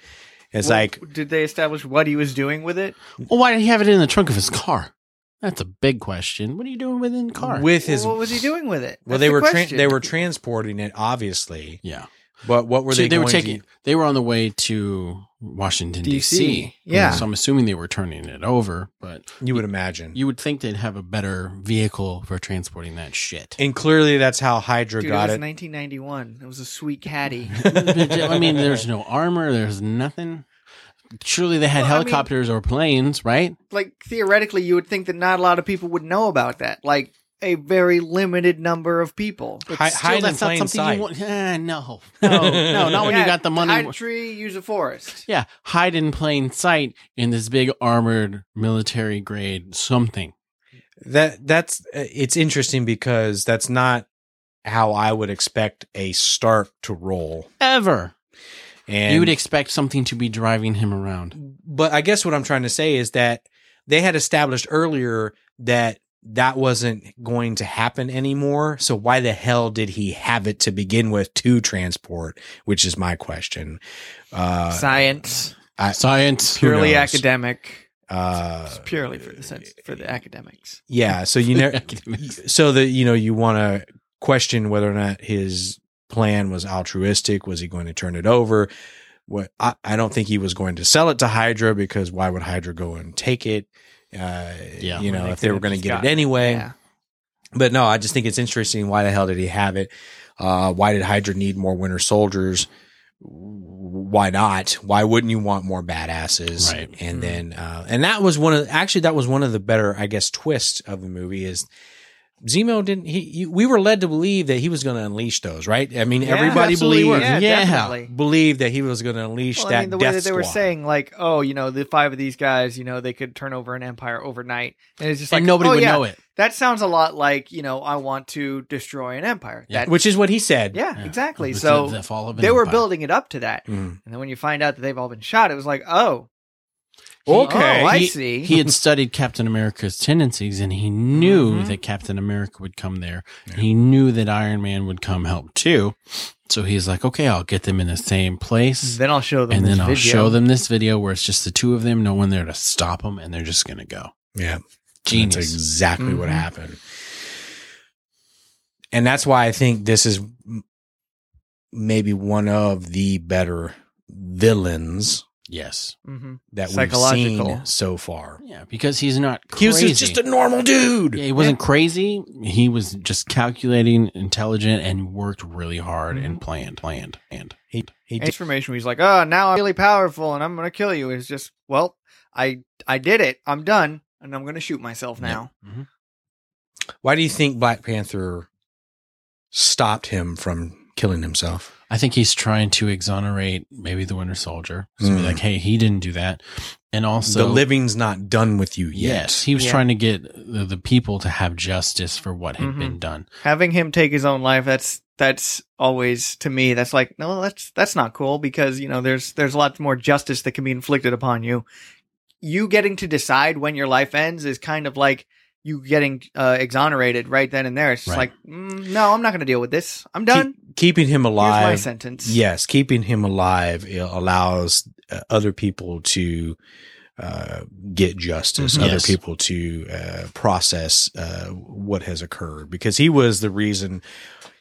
[SPEAKER 1] It's
[SPEAKER 3] Well,
[SPEAKER 1] like,
[SPEAKER 3] did they establish what he was doing with it?
[SPEAKER 4] Well, why did he have it in the trunk of his car? That's a big question. What are you doing within the car?
[SPEAKER 1] with his.
[SPEAKER 3] what was he doing with it?
[SPEAKER 1] Well,
[SPEAKER 3] That's
[SPEAKER 1] they
[SPEAKER 3] the
[SPEAKER 1] were tran
[SPEAKER 3] question.
[SPEAKER 1] they were transporting it, obviously.
[SPEAKER 4] yeah.
[SPEAKER 1] But what were
[SPEAKER 4] So
[SPEAKER 1] they?
[SPEAKER 4] were
[SPEAKER 1] going
[SPEAKER 4] taking.
[SPEAKER 1] To,
[SPEAKER 4] They were on the way to Washington
[SPEAKER 3] DC.
[SPEAKER 4] D.C.
[SPEAKER 3] Yeah.
[SPEAKER 4] So I'm assuming they were turning it over, but
[SPEAKER 1] you would imagine.
[SPEAKER 4] you would think they'd have a better vehicle for transporting that shit.
[SPEAKER 1] and clearly, that's how Hydra
[SPEAKER 3] Dude,
[SPEAKER 1] got
[SPEAKER 3] it was
[SPEAKER 1] it.
[SPEAKER 3] <laughs> 1991. It was a sweet caddy. <laughs>
[SPEAKER 4] I mean, <laughs> there's no armor. There's nothing. Surely they had
[SPEAKER 3] Well, I mean-
[SPEAKER 4] helicopters or planes, right?
[SPEAKER 3] like theoretically, you would think that not a lot of people would know about that. Like a very limited number of people.
[SPEAKER 1] Hi- hide in plain sight.
[SPEAKER 4] you want. Eh, no, <laughs> no, no, not when
[SPEAKER 3] Yeah,
[SPEAKER 4] you got the money.
[SPEAKER 3] Hide a tree, use a forest.
[SPEAKER 4] yeah, hide in plain sight in this big armored military grade something.
[SPEAKER 1] that that's uh, it's interesting because that's not how I would expect a Stark to roll.
[SPEAKER 4] Ever.
[SPEAKER 1] And
[SPEAKER 4] you would expect something to be driving him around.
[SPEAKER 1] but I guess what I'm trying to say is that they had established earlier that that wasn't going to happen anymore. So why the hell did he have it to begin with to transport? Which is my question. Uh,
[SPEAKER 3] Science,
[SPEAKER 1] I-
[SPEAKER 4] Science.
[SPEAKER 1] Pure-
[SPEAKER 3] purely
[SPEAKER 1] knows?
[SPEAKER 3] academic.
[SPEAKER 1] uh,
[SPEAKER 3] It's purely for the sense for the academics.
[SPEAKER 1] yeah. So
[SPEAKER 3] <laughs>
[SPEAKER 1] you never.
[SPEAKER 4] Academics.
[SPEAKER 1] so that you know you want to question whether or not his plan was altruistic was he going to turn it over what I, I don't think he was going to sell it to hydra because why would hydra go and take it uh
[SPEAKER 4] Yeah.
[SPEAKER 1] you know
[SPEAKER 3] They
[SPEAKER 1] if they were
[SPEAKER 3] could've
[SPEAKER 1] going to
[SPEAKER 3] just
[SPEAKER 1] get it
[SPEAKER 3] gotten it,
[SPEAKER 1] anyway
[SPEAKER 3] Yeah.
[SPEAKER 1] but no i just think it's interesting why the hell did he have it uh why did hydra need more winter soldiers why not why wouldn't you want more badasses
[SPEAKER 4] Right.
[SPEAKER 1] and
[SPEAKER 3] Mhm.
[SPEAKER 1] then uh and that was one of actually that was one of the better i guess twists of the movie is Zemo didn't. He, he we were led to believe that he was going to unleash those, right? I mean,
[SPEAKER 3] Yeah,
[SPEAKER 1] everybody
[SPEAKER 4] absolutely
[SPEAKER 1] believed
[SPEAKER 4] were. Yeah.
[SPEAKER 3] definitely.
[SPEAKER 1] believed that he was going to unleash
[SPEAKER 3] Well,
[SPEAKER 1] that
[SPEAKER 3] I mean, the way
[SPEAKER 1] death
[SPEAKER 3] that they were
[SPEAKER 1] squad.
[SPEAKER 3] saying, like, oh, you know, the five of these guys, you know, they could turn over an empire overnight, and it's just like
[SPEAKER 4] and nobody
[SPEAKER 3] oh,
[SPEAKER 4] would
[SPEAKER 3] yeah,
[SPEAKER 4] know it.
[SPEAKER 3] That sounds a lot like, you know, I want to destroy an empire.
[SPEAKER 4] Yeah.
[SPEAKER 3] That,
[SPEAKER 1] which is what he said.
[SPEAKER 3] yeah,
[SPEAKER 4] Yeah.
[SPEAKER 3] exactly.
[SPEAKER 4] It's
[SPEAKER 3] So
[SPEAKER 4] the fall of an
[SPEAKER 3] they were
[SPEAKER 4] empire.
[SPEAKER 3] building it up to that,
[SPEAKER 1] Mm.
[SPEAKER 3] and then when you find out that they've all been shot, it was like, oh,
[SPEAKER 1] Okay.
[SPEAKER 3] oh, I
[SPEAKER 4] He-
[SPEAKER 3] see.
[SPEAKER 4] He had studied Captain America's tendencies and he knew
[SPEAKER 3] Mhm.
[SPEAKER 4] that Captain America would come there.
[SPEAKER 1] Yeah.
[SPEAKER 4] He knew that Iron Man would come help too. So he's like, okay, I'll get them in the same place.
[SPEAKER 3] then I'll show them,
[SPEAKER 4] and
[SPEAKER 3] this
[SPEAKER 4] then I'll
[SPEAKER 3] video.
[SPEAKER 4] show them this video where it's just the two of them, no one there to stop them, and they're just going to go.
[SPEAKER 1] Yeah.
[SPEAKER 4] Genius. Mm-hmm.
[SPEAKER 1] That's exactly what
[SPEAKER 3] Mhm.
[SPEAKER 1] happened. And that's why I think this is m- maybe one of the better villains
[SPEAKER 4] yes.
[SPEAKER 3] Mhm.
[SPEAKER 1] that we've
[SPEAKER 3] Psychological.
[SPEAKER 1] seen so far.
[SPEAKER 4] Yeah, because he's not
[SPEAKER 1] He
[SPEAKER 4] crazy.
[SPEAKER 1] was just- just a normal dude.
[SPEAKER 4] yeah, he wasn't crazy. He was just calculating, intelligent, and worked really hard and planned, planned, planned.
[SPEAKER 1] He, he did.
[SPEAKER 3] Transformation. where He's like, oh, now I'm really powerful, and I'm gonna kill you. It's just, well, I I did it. I'm done, and I'm gonna shoot myself now.
[SPEAKER 4] Yeah. Mhm.
[SPEAKER 1] Why do you think Black Panther stopped him from killing himself?
[SPEAKER 4] I think he's trying to exonerate maybe the Winter Soldier. So be
[SPEAKER 1] Mm.
[SPEAKER 4] like, hey, he didn't do that. And also,
[SPEAKER 1] the living's not done with you yet.
[SPEAKER 4] yes, he was
[SPEAKER 3] Yeah.
[SPEAKER 4] trying to get the, the people to have justice for what had
[SPEAKER 3] Mhm.
[SPEAKER 4] been done.
[SPEAKER 3] having him take his own life that's that's always to me that's like no that's that's not cool because you know there's there's a lot more justice that can be inflicted upon you you getting to decide when your life ends is kind of like you getting uh, exonerated right then and there it's just like
[SPEAKER 4] Right.
[SPEAKER 3] mm, no i'm not going to deal with this i'm done
[SPEAKER 1] Keep- keeping him
[SPEAKER 3] here's my
[SPEAKER 1] alive
[SPEAKER 3] sentence
[SPEAKER 1] Yes, keeping him alive it allows uh, other people to uh, get justice,
[SPEAKER 4] Mhm.
[SPEAKER 1] other
[SPEAKER 4] Yes.
[SPEAKER 1] people to uh, process uh, what has occurred, because he was the reason.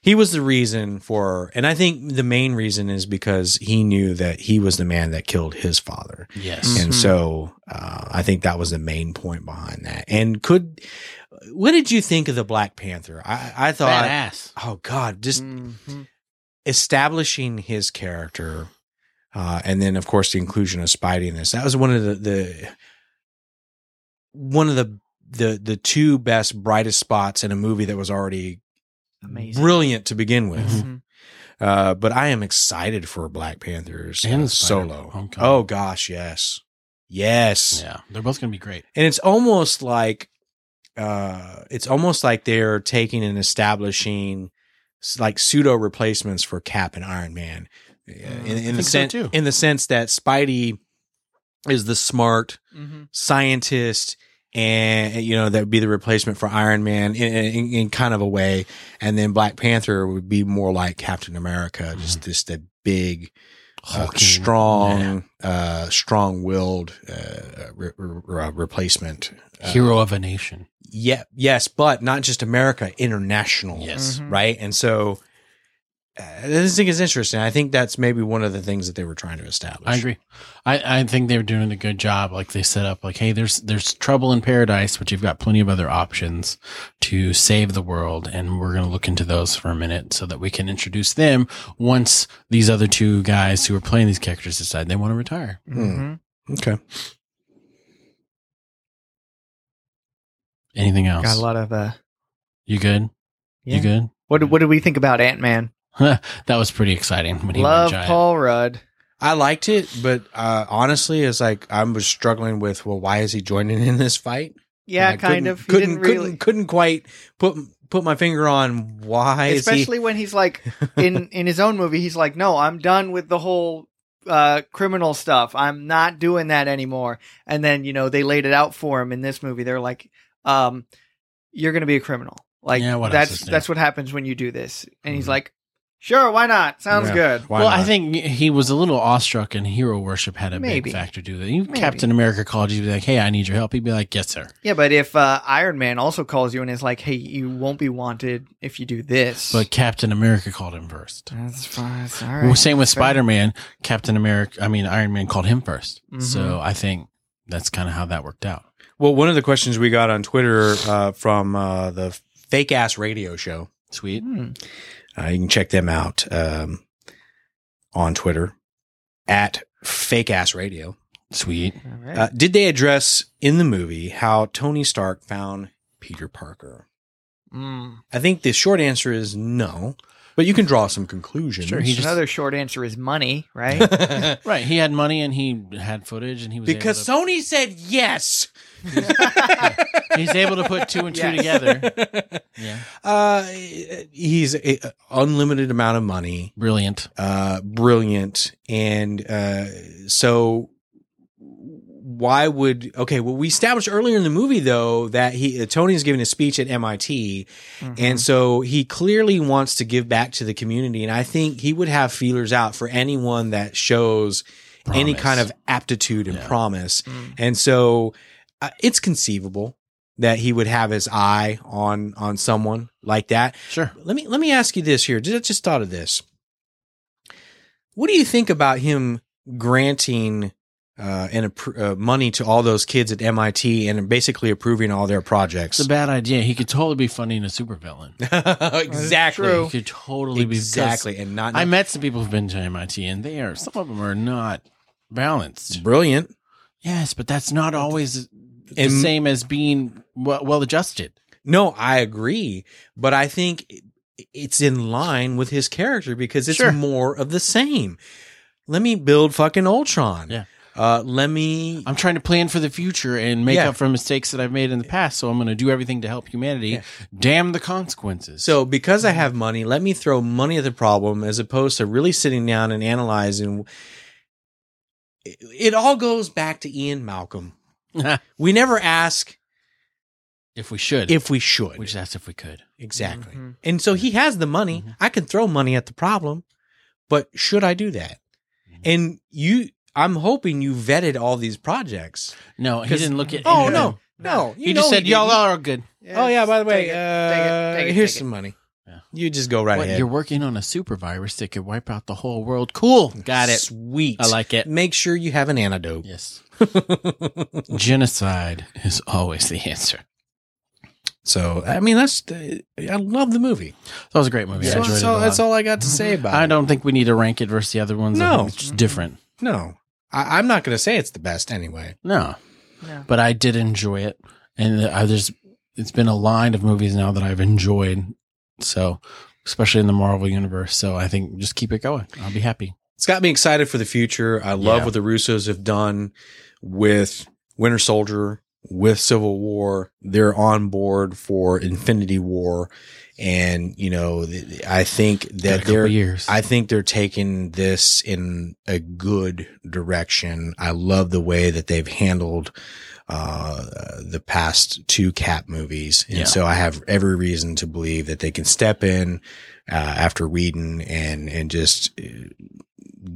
[SPEAKER 1] He was the reason for, and I think the main reason is because he knew that he was the man that killed his father.
[SPEAKER 4] Yes.
[SPEAKER 1] And
[SPEAKER 3] Mhm.
[SPEAKER 1] so uh, I think that was the main point behind that. And could, what did you think of the Black Panther? I, I thought,
[SPEAKER 4] Badass.
[SPEAKER 1] oh God, just
[SPEAKER 3] Mhm.
[SPEAKER 1] establishing his character, uh, and then of course the inclusion of Spidey in this. That was one of the, the one of the the the two best brightest spots in a movie that was already
[SPEAKER 3] amazing
[SPEAKER 1] brilliant to begin with.
[SPEAKER 3] Mhm.
[SPEAKER 1] Uh, but I am excited for Black Panthers
[SPEAKER 4] And
[SPEAKER 1] uh,
[SPEAKER 4] Spider-Man
[SPEAKER 1] solo.
[SPEAKER 4] Homecoming.
[SPEAKER 1] Oh gosh, yes, yes
[SPEAKER 4] Yeah. They're both going to be great.
[SPEAKER 1] and it's almost like uh it's almost like they're taking and establishing s- like pseudo replacements for cap and iron man Yeah, in, in the
[SPEAKER 4] Mm, think so,
[SPEAKER 1] sense
[SPEAKER 4] too.
[SPEAKER 1] in the sense that Spidey is the smart
[SPEAKER 3] hmm
[SPEAKER 1] scientist, and you know that would be the replacement for Iron Man in, in, in kind of a way, and then Black Panther would be more like Captain America, just this the big, uh,
[SPEAKER 4] Mm-hmm. Hulking.
[SPEAKER 1] strong, uh, strong-willed uh, re- re- uh, replacement uh,
[SPEAKER 4] hero of a nation.
[SPEAKER 1] Yeah, yes, but not just America, international
[SPEAKER 4] Yes.
[SPEAKER 3] Mhm.
[SPEAKER 1] right? And so uh, this thing is interesting. I think that's maybe one of the things that they were trying to establish.
[SPEAKER 4] I agree. I, I think they were doing a good job. Like they set up, like, hey, there's there's trouble in paradise, but you've got plenty of other options to save the world, and we're going to look into those for a minute so that we can introduce them once these other two guys who are playing these characters decide they want to retire.
[SPEAKER 3] hmm
[SPEAKER 1] Okay.
[SPEAKER 4] Anything else?
[SPEAKER 3] Got a lot of uh.
[SPEAKER 4] You good?
[SPEAKER 3] Yeah.
[SPEAKER 4] You good?
[SPEAKER 3] What
[SPEAKER 1] Hmm.
[SPEAKER 3] did- what did we think about Ant Man?
[SPEAKER 4] That was pretty exciting when he
[SPEAKER 3] Love
[SPEAKER 4] went giant.
[SPEAKER 3] Paul Rudd.
[SPEAKER 1] I liked it, but uh, honestly, it's like I was struggling with well, why is he joining in this fight?
[SPEAKER 3] Yeah,
[SPEAKER 1] And I
[SPEAKER 3] kind
[SPEAKER 1] couldn't-
[SPEAKER 3] of. He
[SPEAKER 1] couldn't
[SPEAKER 3] didn't
[SPEAKER 1] couldn't,
[SPEAKER 3] really,
[SPEAKER 1] couldn't quite put put my finger on why is he
[SPEAKER 3] especially when he's like
[SPEAKER 4] <laughs>
[SPEAKER 3] in in his own movie. He's like, no, I'm done with the whole uh criminal stuff. I'm not doing that anymore. And then you know they laid it out for him in this movie. They're like, um, you're gonna be a criminal. Like
[SPEAKER 4] Yeah, what else
[SPEAKER 3] that's
[SPEAKER 4] is new?
[SPEAKER 3] that's what happens when you do this. And he's
[SPEAKER 4] Mhm.
[SPEAKER 3] like, sure, why not? Sounds
[SPEAKER 1] Yeah.
[SPEAKER 3] good.
[SPEAKER 1] Why
[SPEAKER 4] well, I
[SPEAKER 1] not?
[SPEAKER 4] think he was a little awestruck, and hero worship had a
[SPEAKER 3] Maybe.
[SPEAKER 4] big factor to that. You
[SPEAKER 3] Maybe.
[SPEAKER 4] Captain America called you, be like, "Hey, I need your help." He'd be like, "Yes, sir."
[SPEAKER 3] Yeah, but if uh, Iron Man also calls you and is like, hey, you won't be wanted if you do this.
[SPEAKER 4] But Captain America called him first.
[SPEAKER 3] that's fine. It's all
[SPEAKER 4] Well,
[SPEAKER 3] right.
[SPEAKER 4] Same with
[SPEAKER 3] Fair.
[SPEAKER 4] Spider Man. Captain America, I mean, Iron Man called him 1st
[SPEAKER 3] Mhm.
[SPEAKER 4] So I think that's kind of how that worked out.
[SPEAKER 1] Well, one of the questions we got on Twitter uh, from uh, the fake ass radio show.
[SPEAKER 4] Sweet.
[SPEAKER 3] Hmm.
[SPEAKER 1] Uh, you can check them out um, on Twitter at fake ass radio.
[SPEAKER 4] Sweet.
[SPEAKER 3] All right.
[SPEAKER 1] Uh, did they address in the movie how Tony Stark found Peter Parker?
[SPEAKER 3] Mm.
[SPEAKER 1] I think the short answer is no, but you can draw some conclusions. <laughs>
[SPEAKER 4] Sure, he just-
[SPEAKER 3] Another short answer is money,
[SPEAKER 4] <laughs>
[SPEAKER 3] right?
[SPEAKER 4] Right. He had money and he had footage and he was
[SPEAKER 1] because
[SPEAKER 4] able
[SPEAKER 1] Sony said
[SPEAKER 4] <laughs>
[SPEAKER 1] yes.
[SPEAKER 4] to, he's able to put two and two
[SPEAKER 3] Yes.
[SPEAKER 1] <laughs>
[SPEAKER 4] together. Yeah.
[SPEAKER 1] Uh, he's a, a unlimited amount of money,
[SPEAKER 4] Brilliant.
[SPEAKER 1] uh, brilliant, and uh, so why would okay? Well, we established earlier in the movie though that he uh, Tony's giving a speech at MIT,
[SPEAKER 3] Mm-hmm.
[SPEAKER 4] Mm-hmm.
[SPEAKER 1] And so he clearly wants to give back to the community. And I think he would have feelers out for anyone that shows any
[SPEAKER 4] Promise.
[SPEAKER 1] kind of aptitude and
[SPEAKER 4] Yeah.
[SPEAKER 1] promise.
[SPEAKER 3] Mhm.
[SPEAKER 1] And so uh, it's conceivable that he would have his eye on on someone like that.
[SPEAKER 4] Sure.
[SPEAKER 1] Let me let me ask you this here. Just- I just thought of this. What do you think about him granting uh, and appro- uh, money to all those kids at MIT and basically approving all their projects?
[SPEAKER 4] It's
[SPEAKER 1] <laughs>
[SPEAKER 4] a bad idea. He could totally be funding a supervillain.
[SPEAKER 1] exactly.
[SPEAKER 3] true.
[SPEAKER 4] He could totally be
[SPEAKER 1] exactly, and not
[SPEAKER 4] I met some people who've been to MIT, and they are some of them are not balanced.
[SPEAKER 1] brilliant.
[SPEAKER 4] Yes, but that's not always the
[SPEAKER 1] And-
[SPEAKER 4] same as being well, well adjusted.
[SPEAKER 1] No, I agree, but I think it- it's in line with his character because it's
[SPEAKER 4] Sure.
[SPEAKER 1] more of the same. Let me build fucking Ultron.
[SPEAKER 4] Yeah.
[SPEAKER 1] Uh, let me.
[SPEAKER 4] I'm trying to plan for the future and make
[SPEAKER 1] Yeah.
[SPEAKER 4] up for mistakes that I've made in the past. So I'm going to do everything to help humanity.
[SPEAKER 1] Yeah.
[SPEAKER 4] Damn the consequences.
[SPEAKER 1] So because I have money, let me throw money at the problem as opposed to really sitting down and analyzing. It- It all goes back to Ian
[SPEAKER 4] <laughs>
[SPEAKER 1] Malcolm. We never ask
[SPEAKER 4] if we should,
[SPEAKER 1] if we should.
[SPEAKER 4] we just asked if we could.
[SPEAKER 1] Exactly.
[SPEAKER 3] Mhm.
[SPEAKER 1] And so he has the money.
[SPEAKER 4] Mhm.
[SPEAKER 1] I can throw money at the problem, but should I do that?
[SPEAKER 4] Mhm.
[SPEAKER 1] And you, I'm hoping you vetted all these projects.
[SPEAKER 4] No, he
[SPEAKER 1] 'Cause-
[SPEAKER 4] didn't look at.
[SPEAKER 1] Oh,
[SPEAKER 4] anything.
[SPEAKER 1] no. No,
[SPEAKER 4] He just said, "Y'all are good."
[SPEAKER 1] Oh yeah. By the way,
[SPEAKER 3] Take it,
[SPEAKER 1] uh,
[SPEAKER 3] take it, take it,
[SPEAKER 1] here's
[SPEAKER 3] take it.
[SPEAKER 1] some money.
[SPEAKER 4] Yeah.
[SPEAKER 1] You just go right
[SPEAKER 4] What,
[SPEAKER 1] ahead.
[SPEAKER 4] you're working on a super virus that could wipe out the whole world. Cool, got it.
[SPEAKER 1] Sweet.
[SPEAKER 4] I like it.
[SPEAKER 1] Make sure you have an antidote.
[SPEAKER 4] Yes, <laughs> genocide is always the answer.
[SPEAKER 1] <laughs> so I mean, that's I love the movie.
[SPEAKER 4] That was a great movie. I
[SPEAKER 1] So-
[SPEAKER 4] enjoyed it.
[SPEAKER 1] so
[SPEAKER 4] a
[SPEAKER 1] that's
[SPEAKER 4] lot.
[SPEAKER 1] all I got to say about
[SPEAKER 4] <laughs> I
[SPEAKER 1] it.
[SPEAKER 4] don't think we need to rank it versus the other ones. I
[SPEAKER 1] No.
[SPEAKER 4] think it's just different.
[SPEAKER 1] No, I, I'm not going to say it's the best anyway.
[SPEAKER 4] No,
[SPEAKER 3] No.
[SPEAKER 4] but I did enjoy it, and I, there's it's been a line of movies now that I've enjoyed. So, especially in the Marvel universe, so I think just keep it going. I'll be happy.
[SPEAKER 1] it's got me excited for the future. I love
[SPEAKER 4] Yeah.
[SPEAKER 1] what the Russos have done with Winter Soldier with Civil War. They're on board for Infinity War, and you know, th- I think
[SPEAKER 4] Got a
[SPEAKER 1] that
[SPEAKER 4] couple
[SPEAKER 1] they're
[SPEAKER 4] years.
[SPEAKER 1] I think they're taking this in a good direction. I love the way that they've handled uh, the past two Cap movies, and
[SPEAKER 4] Yeah.
[SPEAKER 1] so I have every reason to believe that they can step in uh, after Whedon and and just. uh,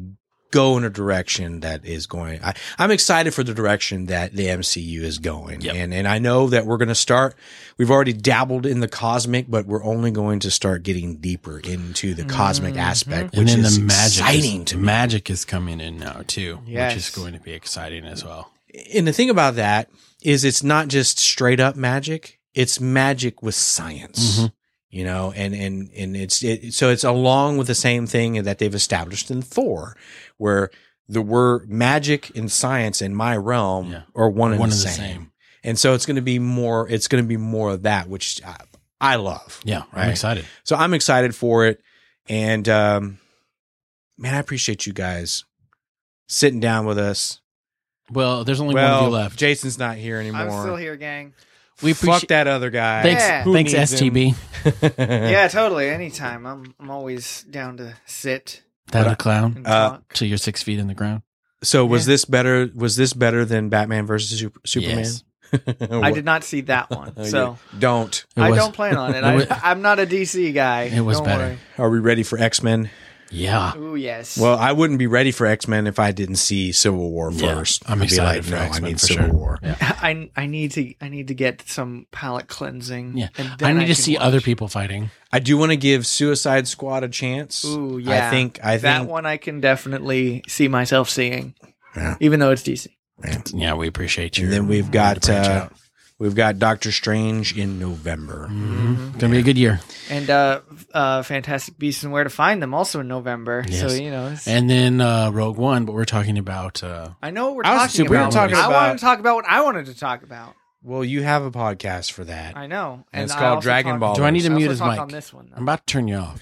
[SPEAKER 1] Go in a direction that is going. I, I'm excited for the direction that the MCU is going,
[SPEAKER 4] Yep.
[SPEAKER 1] and and I know that we're going to start. We've already dabbled in the cosmic, but we're only going to start getting deeper into the cosmic
[SPEAKER 3] Mhm.
[SPEAKER 1] aspect,
[SPEAKER 4] and
[SPEAKER 1] which
[SPEAKER 4] then
[SPEAKER 1] is
[SPEAKER 4] the magic
[SPEAKER 1] exciting
[SPEAKER 4] is,
[SPEAKER 1] to me.
[SPEAKER 4] magic is coming in now too, which is
[SPEAKER 3] Yes. Mm.
[SPEAKER 4] going to be exciting as well.
[SPEAKER 1] And the thing about that is, it's not just straight up magic; it's magic with science.
[SPEAKER 4] Mhm.
[SPEAKER 1] You know, and and and it's it, so it's along with the same thing that they've established in Thor, where the word magic and science in my realm
[SPEAKER 4] Yeah.
[SPEAKER 1] are one and
[SPEAKER 4] One
[SPEAKER 1] the
[SPEAKER 4] and the
[SPEAKER 1] same.
[SPEAKER 4] same.
[SPEAKER 1] And so it's going to be more. It's going to be more of that, which I, I love.
[SPEAKER 4] Yeah,
[SPEAKER 1] Right.
[SPEAKER 4] I'm excited.
[SPEAKER 1] So I'm excited for it. And um, man, I appreciate you guys sitting down with us.
[SPEAKER 4] Well, there's only
[SPEAKER 1] well,
[SPEAKER 4] one of you left.
[SPEAKER 1] Jason's not here anymore.
[SPEAKER 3] I'm still here, gang.
[SPEAKER 4] We
[SPEAKER 1] Fuck
[SPEAKER 4] appreciate.
[SPEAKER 1] that other guy.
[SPEAKER 4] Thanks,
[SPEAKER 3] Yeah.
[SPEAKER 1] Who
[SPEAKER 4] thanks,
[SPEAKER 1] needs him?
[SPEAKER 4] STB. <laughs>
[SPEAKER 3] Yeah, totally. Anytime. I'm I'm always down to sit
[SPEAKER 4] That
[SPEAKER 1] But,
[SPEAKER 4] a clown.
[SPEAKER 3] and
[SPEAKER 1] Uh,
[SPEAKER 3] talk.
[SPEAKER 4] So you're six feet in the ground.
[SPEAKER 1] So was
[SPEAKER 3] Yeah.
[SPEAKER 1] this better? Was this better than Batman versus Super, Superman? <laughs>
[SPEAKER 4] Yes.
[SPEAKER 3] I did not see that one,
[SPEAKER 4] <laughs>
[SPEAKER 1] Oh,
[SPEAKER 3] so
[SPEAKER 1] Don't.
[SPEAKER 4] It
[SPEAKER 3] I
[SPEAKER 4] was-
[SPEAKER 3] don't plan on it.
[SPEAKER 4] <laughs> It was-
[SPEAKER 3] I, I'm not a DC guy.
[SPEAKER 4] It was
[SPEAKER 3] Don't
[SPEAKER 4] better.
[SPEAKER 1] Are we ready for X Men?
[SPEAKER 4] Yeah.
[SPEAKER 3] Worry. Ooh yes.
[SPEAKER 1] Well, I wouldn't be ready for X Men if I didn't see Civil War
[SPEAKER 4] Yeah.
[SPEAKER 1] first. I'd
[SPEAKER 4] I'm
[SPEAKER 1] be
[SPEAKER 4] excited
[SPEAKER 1] like,
[SPEAKER 4] for
[SPEAKER 1] no, I
[SPEAKER 4] X-Men
[SPEAKER 1] need
[SPEAKER 4] for
[SPEAKER 1] Civil
[SPEAKER 4] sure.
[SPEAKER 1] War.
[SPEAKER 4] Yeah.
[SPEAKER 3] <laughs> I I need to I need to get some palate cleansing.
[SPEAKER 4] Yeah.
[SPEAKER 3] and
[SPEAKER 4] I
[SPEAKER 3] then
[SPEAKER 4] need to
[SPEAKER 3] can
[SPEAKER 4] see
[SPEAKER 3] watch.
[SPEAKER 4] other people fighting.
[SPEAKER 1] I do want to give Suicide Squad a chance.
[SPEAKER 3] Ooh yeah.
[SPEAKER 1] I think I
[SPEAKER 3] that
[SPEAKER 1] think
[SPEAKER 3] one I can definitely see myself seeing,
[SPEAKER 1] Yeah.
[SPEAKER 3] even though it's DC.
[SPEAKER 4] Yeah, we appreciate you.
[SPEAKER 1] And then we've got
[SPEAKER 4] branch
[SPEAKER 1] uh,
[SPEAKER 4] out. Mm.
[SPEAKER 1] we've got Doctor Strange in November.
[SPEAKER 3] Mm-hmm.
[SPEAKER 4] It's gonna be a good year.
[SPEAKER 3] And uh, uh, Fantastic Beasts and Where to Find Them also in November. So
[SPEAKER 4] Yes.
[SPEAKER 3] you know, it's,
[SPEAKER 4] And then uh, Rogue One, but we're talking about. Uh,
[SPEAKER 3] I know what we're
[SPEAKER 1] I was
[SPEAKER 3] talking
[SPEAKER 1] super-
[SPEAKER 3] about.
[SPEAKER 1] we were talking
[SPEAKER 3] I wanted
[SPEAKER 1] about-
[SPEAKER 3] to talk about what I wanted to talk about.
[SPEAKER 1] Well, you have a podcast for that.
[SPEAKER 3] I know,
[SPEAKER 1] And it's
[SPEAKER 3] I
[SPEAKER 1] called
[SPEAKER 3] also
[SPEAKER 1] Dragon
[SPEAKER 3] talked-
[SPEAKER 1] Ball.
[SPEAKER 4] do I need to
[SPEAKER 3] I also
[SPEAKER 4] mute his
[SPEAKER 3] talked
[SPEAKER 4] mic?
[SPEAKER 3] on this one, though.
[SPEAKER 4] I'm <laughs> about to turn you off.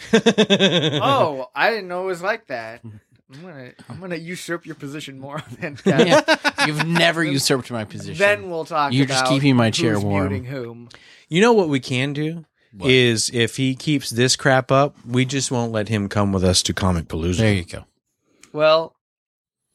[SPEAKER 3] oh, I didn't know it was like that. I'm gonna I'm gonna usurp your position more <laughs> than
[SPEAKER 4] Yeah.
[SPEAKER 3] <laughs>
[SPEAKER 4] You've never usurped my position.
[SPEAKER 3] Then we'll talk.
[SPEAKER 4] You're just
[SPEAKER 3] about
[SPEAKER 4] keeping my chair
[SPEAKER 3] who's
[SPEAKER 4] warm.
[SPEAKER 3] Muting whom?
[SPEAKER 1] You know what we can do
[SPEAKER 4] What?
[SPEAKER 1] is if he keeps this crap up, we just won't let him come with us to Comic Palooza.
[SPEAKER 4] there you go.
[SPEAKER 3] Well,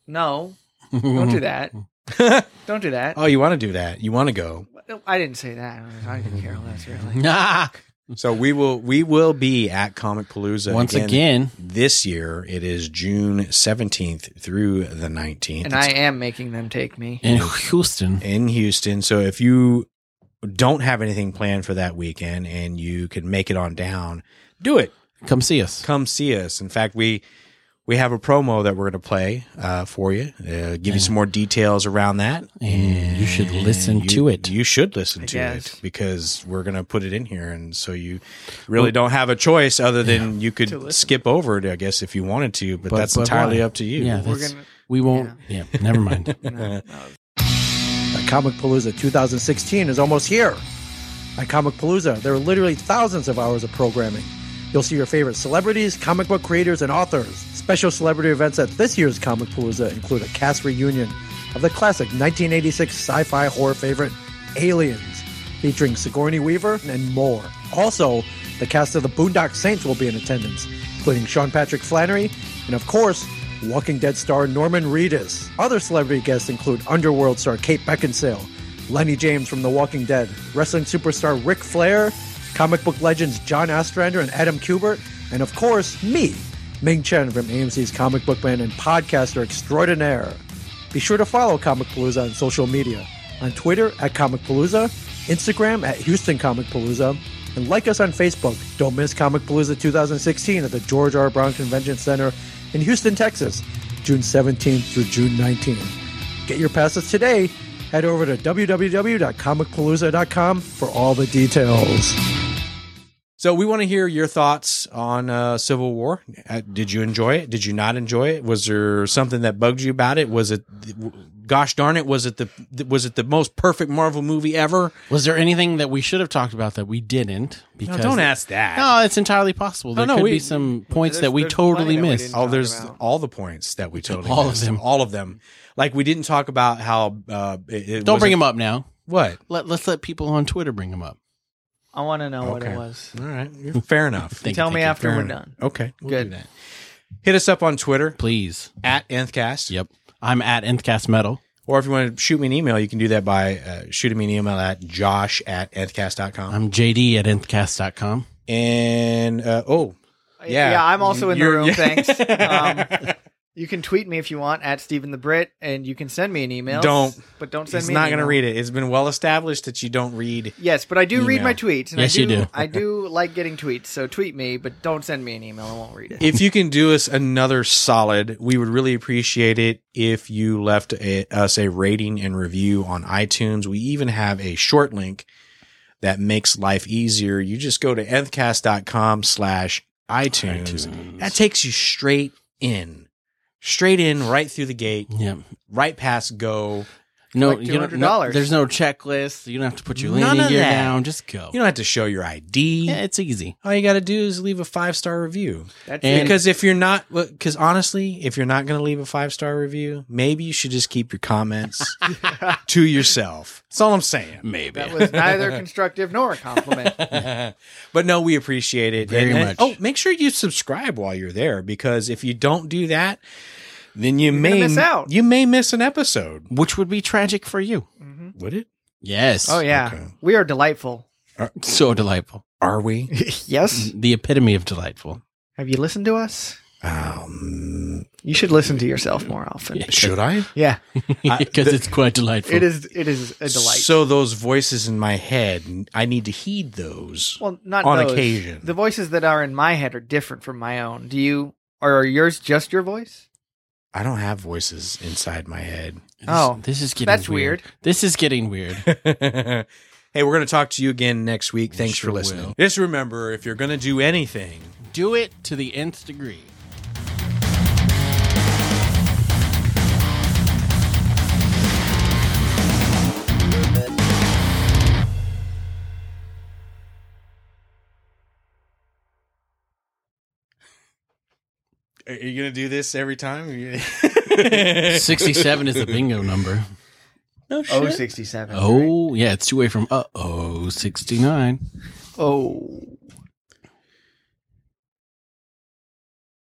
[SPEAKER 3] no, don't
[SPEAKER 4] <laughs>
[SPEAKER 3] <laughs> do that.
[SPEAKER 4] Mm-hmm.
[SPEAKER 3] <laughs> Don't do that.
[SPEAKER 1] oh, you want to do that? You want to go?
[SPEAKER 3] I didn't say that. I didn't care less
[SPEAKER 4] <laughs>
[SPEAKER 3] really.
[SPEAKER 4] Nah.
[SPEAKER 1] So we will we will be at Comic Palooza
[SPEAKER 4] Once again,
[SPEAKER 1] This year it is June seventeenth through the nineteenth.
[SPEAKER 3] And I am making them take me.
[SPEAKER 4] in Houston.
[SPEAKER 1] in Houston. So if you don't have anything planned for that weekend and you can make it on down, do it.
[SPEAKER 4] Come see us.
[SPEAKER 1] Come see us. In fact, we we have a promo that we're going to play uh, for you. Uh, give you some more details around that,
[SPEAKER 4] And Mm, you should listen to it.
[SPEAKER 1] You should listen
[SPEAKER 3] I
[SPEAKER 1] to
[SPEAKER 3] guess.
[SPEAKER 1] it because we're going to put it in here, and so you really don't have a choice other than you
[SPEAKER 3] To
[SPEAKER 1] could
[SPEAKER 3] listen.
[SPEAKER 1] skip over it, I guess, if you wanted to. But,
[SPEAKER 4] But-
[SPEAKER 1] that's
[SPEAKER 4] but
[SPEAKER 1] entirely
[SPEAKER 4] why?
[SPEAKER 1] up to you.
[SPEAKER 4] Yeah,
[SPEAKER 3] We're
[SPEAKER 4] that's-
[SPEAKER 3] gonna.
[SPEAKER 4] we won't. Yeah,
[SPEAKER 3] <laughs>
[SPEAKER 4] never mind.
[SPEAKER 3] No, no.
[SPEAKER 5] At Comic Palooza 2016 is almost here. At Comic Palooza, there are literally thousands of hours of programming. You'll see your favorite celebrities, comic book creators, and authors. Special celebrity events at this year's Comic Palooza include a cast reunion of the classic 1986 sci fi horror favorite Aliens, featuring Sigourney Weaver and more. Also, the cast of the Boondock Saints will be in attendance, including Sean Patrick Flannery, and of course, Walking Dead star Norman Reedus. Other celebrity guests include Underworld star Kate Beckinsale, Lenny James from The Walking Dead, wrestling superstar Ric Flair, comic book legends John Ostrander and Adam Kubert, and of course, me, Ming Chen from AMC's Comic Book Man and podcaster extraordinaire. Be sure to follow Comic Palooza on social media on Twitter at Comic Palooza, Instagram at Houston Comic Palooza, and like us on Facebook. Don't miss Comic Palooza 2016 at the George R. Brown Convention Center in Houston, Texas, June 17th through June 19th. Get your passes today. Head over to www.comicpalooza.com for all the details.
[SPEAKER 1] So we want to hear your thoughts on uh, Civil War. Uh, did you enjoy it? Did you not enjoy it? Was there something that bugged you about it? Was it, gosh darn it, was it the was it the most perfect Marvel movie ever?
[SPEAKER 4] Was there anything that we should have talked about that we didn't? Because
[SPEAKER 1] ask that.
[SPEAKER 4] No, it's entirely possible. There
[SPEAKER 1] no,
[SPEAKER 4] could
[SPEAKER 1] we-
[SPEAKER 4] be some points that we
[SPEAKER 3] Oh, there's
[SPEAKER 4] totally
[SPEAKER 3] plenty that we
[SPEAKER 4] missed.
[SPEAKER 3] didn't-
[SPEAKER 1] Oh, there's
[SPEAKER 3] Talk about.
[SPEAKER 1] all the points that we totally
[SPEAKER 4] All of
[SPEAKER 1] missed.
[SPEAKER 4] them.
[SPEAKER 1] all of them. Like we didn't talk about how. Uh, it, it
[SPEAKER 4] Don't
[SPEAKER 1] wasn't-
[SPEAKER 4] bring him up now.
[SPEAKER 1] What?
[SPEAKER 4] Let, let's let people on Twitter bring them up.
[SPEAKER 3] I want to know what
[SPEAKER 1] Okay.
[SPEAKER 3] it was.
[SPEAKER 1] All right. You're fair enough. <laughs>
[SPEAKER 4] Thank you,
[SPEAKER 3] Tell
[SPEAKER 4] thank
[SPEAKER 3] me
[SPEAKER 4] you.
[SPEAKER 3] after
[SPEAKER 1] Fair
[SPEAKER 3] we're
[SPEAKER 1] enough.
[SPEAKER 3] done.
[SPEAKER 1] Okay. We'll
[SPEAKER 3] Good.
[SPEAKER 1] do that. Hit us up on Twitter
[SPEAKER 4] Please.
[SPEAKER 1] at nthcast.
[SPEAKER 4] Yep. I'm at Nthcast Metal.
[SPEAKER 1] Or if you want to shoot me an email, you can do that by uh, shooting me an email at josh at nthcast.com.
[SPEAKER 4] I'm JD at Nthcast.com.
[SPEAKER 1] and, uh, oh, Yeah.
[SPEAKER 3] Yeah, I'm also in the
[SPEAKER 1] You're-
[SPEAKER 3] room.
[SPEAKER 1] <laughs> yeah.
[SPEAKER 3] Thanks.
[SPEAKER 1] <laughs>
[SPEAKER 3] Um, you can tweet me if you want at Stephen the Brit, and you can send me an email.
[SPEAKER 1] Don't.
[SPEAKER 3] but don't send
[SPEAKER 1] he's
[SPEAKER 3] me.
[SPEAKER 1] not
[SPEAKER 3] an
[SPEAKER 1] going to
[SPEAKER 3] email.
[SPEAKER 1] read it. It's been well established that you don't read.
[SPEAKER 3] Yes, but I do read
[SPEAKER 1] Email.
[SPEAKER 3] my tweets. And
[SPEAKER 4] Yes,
[SPEAKER 3] I
[SPEAKER 4] you
[SPEAKER 3] do,
[SPEAKER 4] do.
[SPEAKER 3] I do like getting tweets, so tweet me, but don't send me an email. I won't read it.
[SPEAKER 1] If you can do us another solid, we would really appreciate it if you left a, us a rating and review on iTunes. We even have a short link that makes life easier. You just go to nthcast.com slash iTunes. That takes you straight in, straight in, right through the gate,
[SPEAKER 4] Yep.
[SPEAKER 1] right past go.
[SPEAKER 4] No,
[SPEAKER 3] Like
[SPEAKER 4] you don't, no,
[SPEAKER 3] $200.
[SPEAKER 4] there's no checklist. You don't have to put your
[SPEAKER 1] None
[SPEAKER 4] landing
[SPEAKER 1] of
[SPEAKER 4] gear
[SPEAKER 1] that.
[SPEAKER 4] down. Just go.
[SPEAKER 1] You don't have to show your ID.
[SPEAKER 4] yeah, it's easy.
[SPEAKER 1] All you got to do is leave a five star review.
[SPEAKER 3] That's
[SPEAKER 4] And-
[SPEAKER 3] it.
[SPEAKER 1] Because if you're not, because honestly, if you're not going to leave a five star review, maybe you should just keep your
[SPEAKER 4] <laughs>
[SPEAKER 1] comments to yourself. That's all I'm saying.
[SPEAKER 4] Maybe.
[SPEAKER 3] That was neither constructive nor
[SPEAKER 1] <laughs>
[SPEAKER 3] a compliment.
[SPEAKER 1] But no, we appreciate it.
[SPEAKER 4] Very
[SPEAKER 1] And- and-
[SPEAKER 4] much.
[SPEAKER 1] oh, make sure you subscribe while you're there because if you don't do that, then you
[SPEAKER 3] gonna
[SPEAKER 1] may
[SPEAKER 3] miss out.
[SPEAKER 1] You may miss an episode. Mm-hmm.
[SPEAKER 4] Which would be tragic for you.
[SPEAKER 1] Would it?
[SPEAKER 4] Yes.
[SPEAKER 3] Oh yeah,
[SPEAKER 1] Okay.
[SPEAKER 3] we
[SPEAKER 1] <laughs>
[SPEAKER 3] are delightful.
[SPEAKER 4] So delightful.
[SPEAKER 1] Are we?
[SPEAKER 3] yes.
[SPEAKER 4] The epitome
[SPEAKER 3] <laughs>
[SPEAKER 4] of delightful.
[SPEAKER 3] Have you listened to us?
[SPEAKER 1] Um,
[SPEAKER 3] You should listen to yourself more often.
[SPEAKER 1] should I?
[SPEAKER 3] Yeah,
[SPEAKER 4] <laughs> Because it's quite delightful.
[SPEAKER 3] it is. It is a delight.
[SPEAKER 1] So those voices in my head, I need to heed those.
[SPEAKER 3] well, not
[SPEAKER 1] on
[SPEAKER 3] those.
[SPEAKER 1] occasion.
[SPEAKER 3] The voices that are in my head are different from my own. Do you? Or are yours just your voice?
[SPEAKER 1] I don't have voices inside my head. <laughs>
[SPEAKER 4] This-
[SPEAKER 3] Oh,
[SPEAKER 4] this is getting
[SPEAKER 3] that's
[SPEAKER 4] weird.
[SPEAKER 3] weird.
[SPEAKER 4] This is
[SPEAKER 3] <laughs>
[SPEAKER 4] getting weird.
[SPEAKER 1] hey, we're going to talk to you again next week. Thanks
[SPEAKER 4] sure
[SPEAKER 1] for listening.
[SPEAKER 4] will.
[SPEAKER 1] Just remember if you're going to do anything,
[SPEAKER 4] Do it to the nth
[SPEAKER 3] <laughs>
[SPEAKER 4] degree.
[SPEAKER 1] are you going to do this every time?
[SPEAKER 4] 67 is the bingo number.
[SPEAKER 2] No shit.
[SPEAKER 3] Oh, 67.
[SPEAKER 4] Oh, yeah. It's two away from uh oh, 69.
[SPEAKER 3] Oh.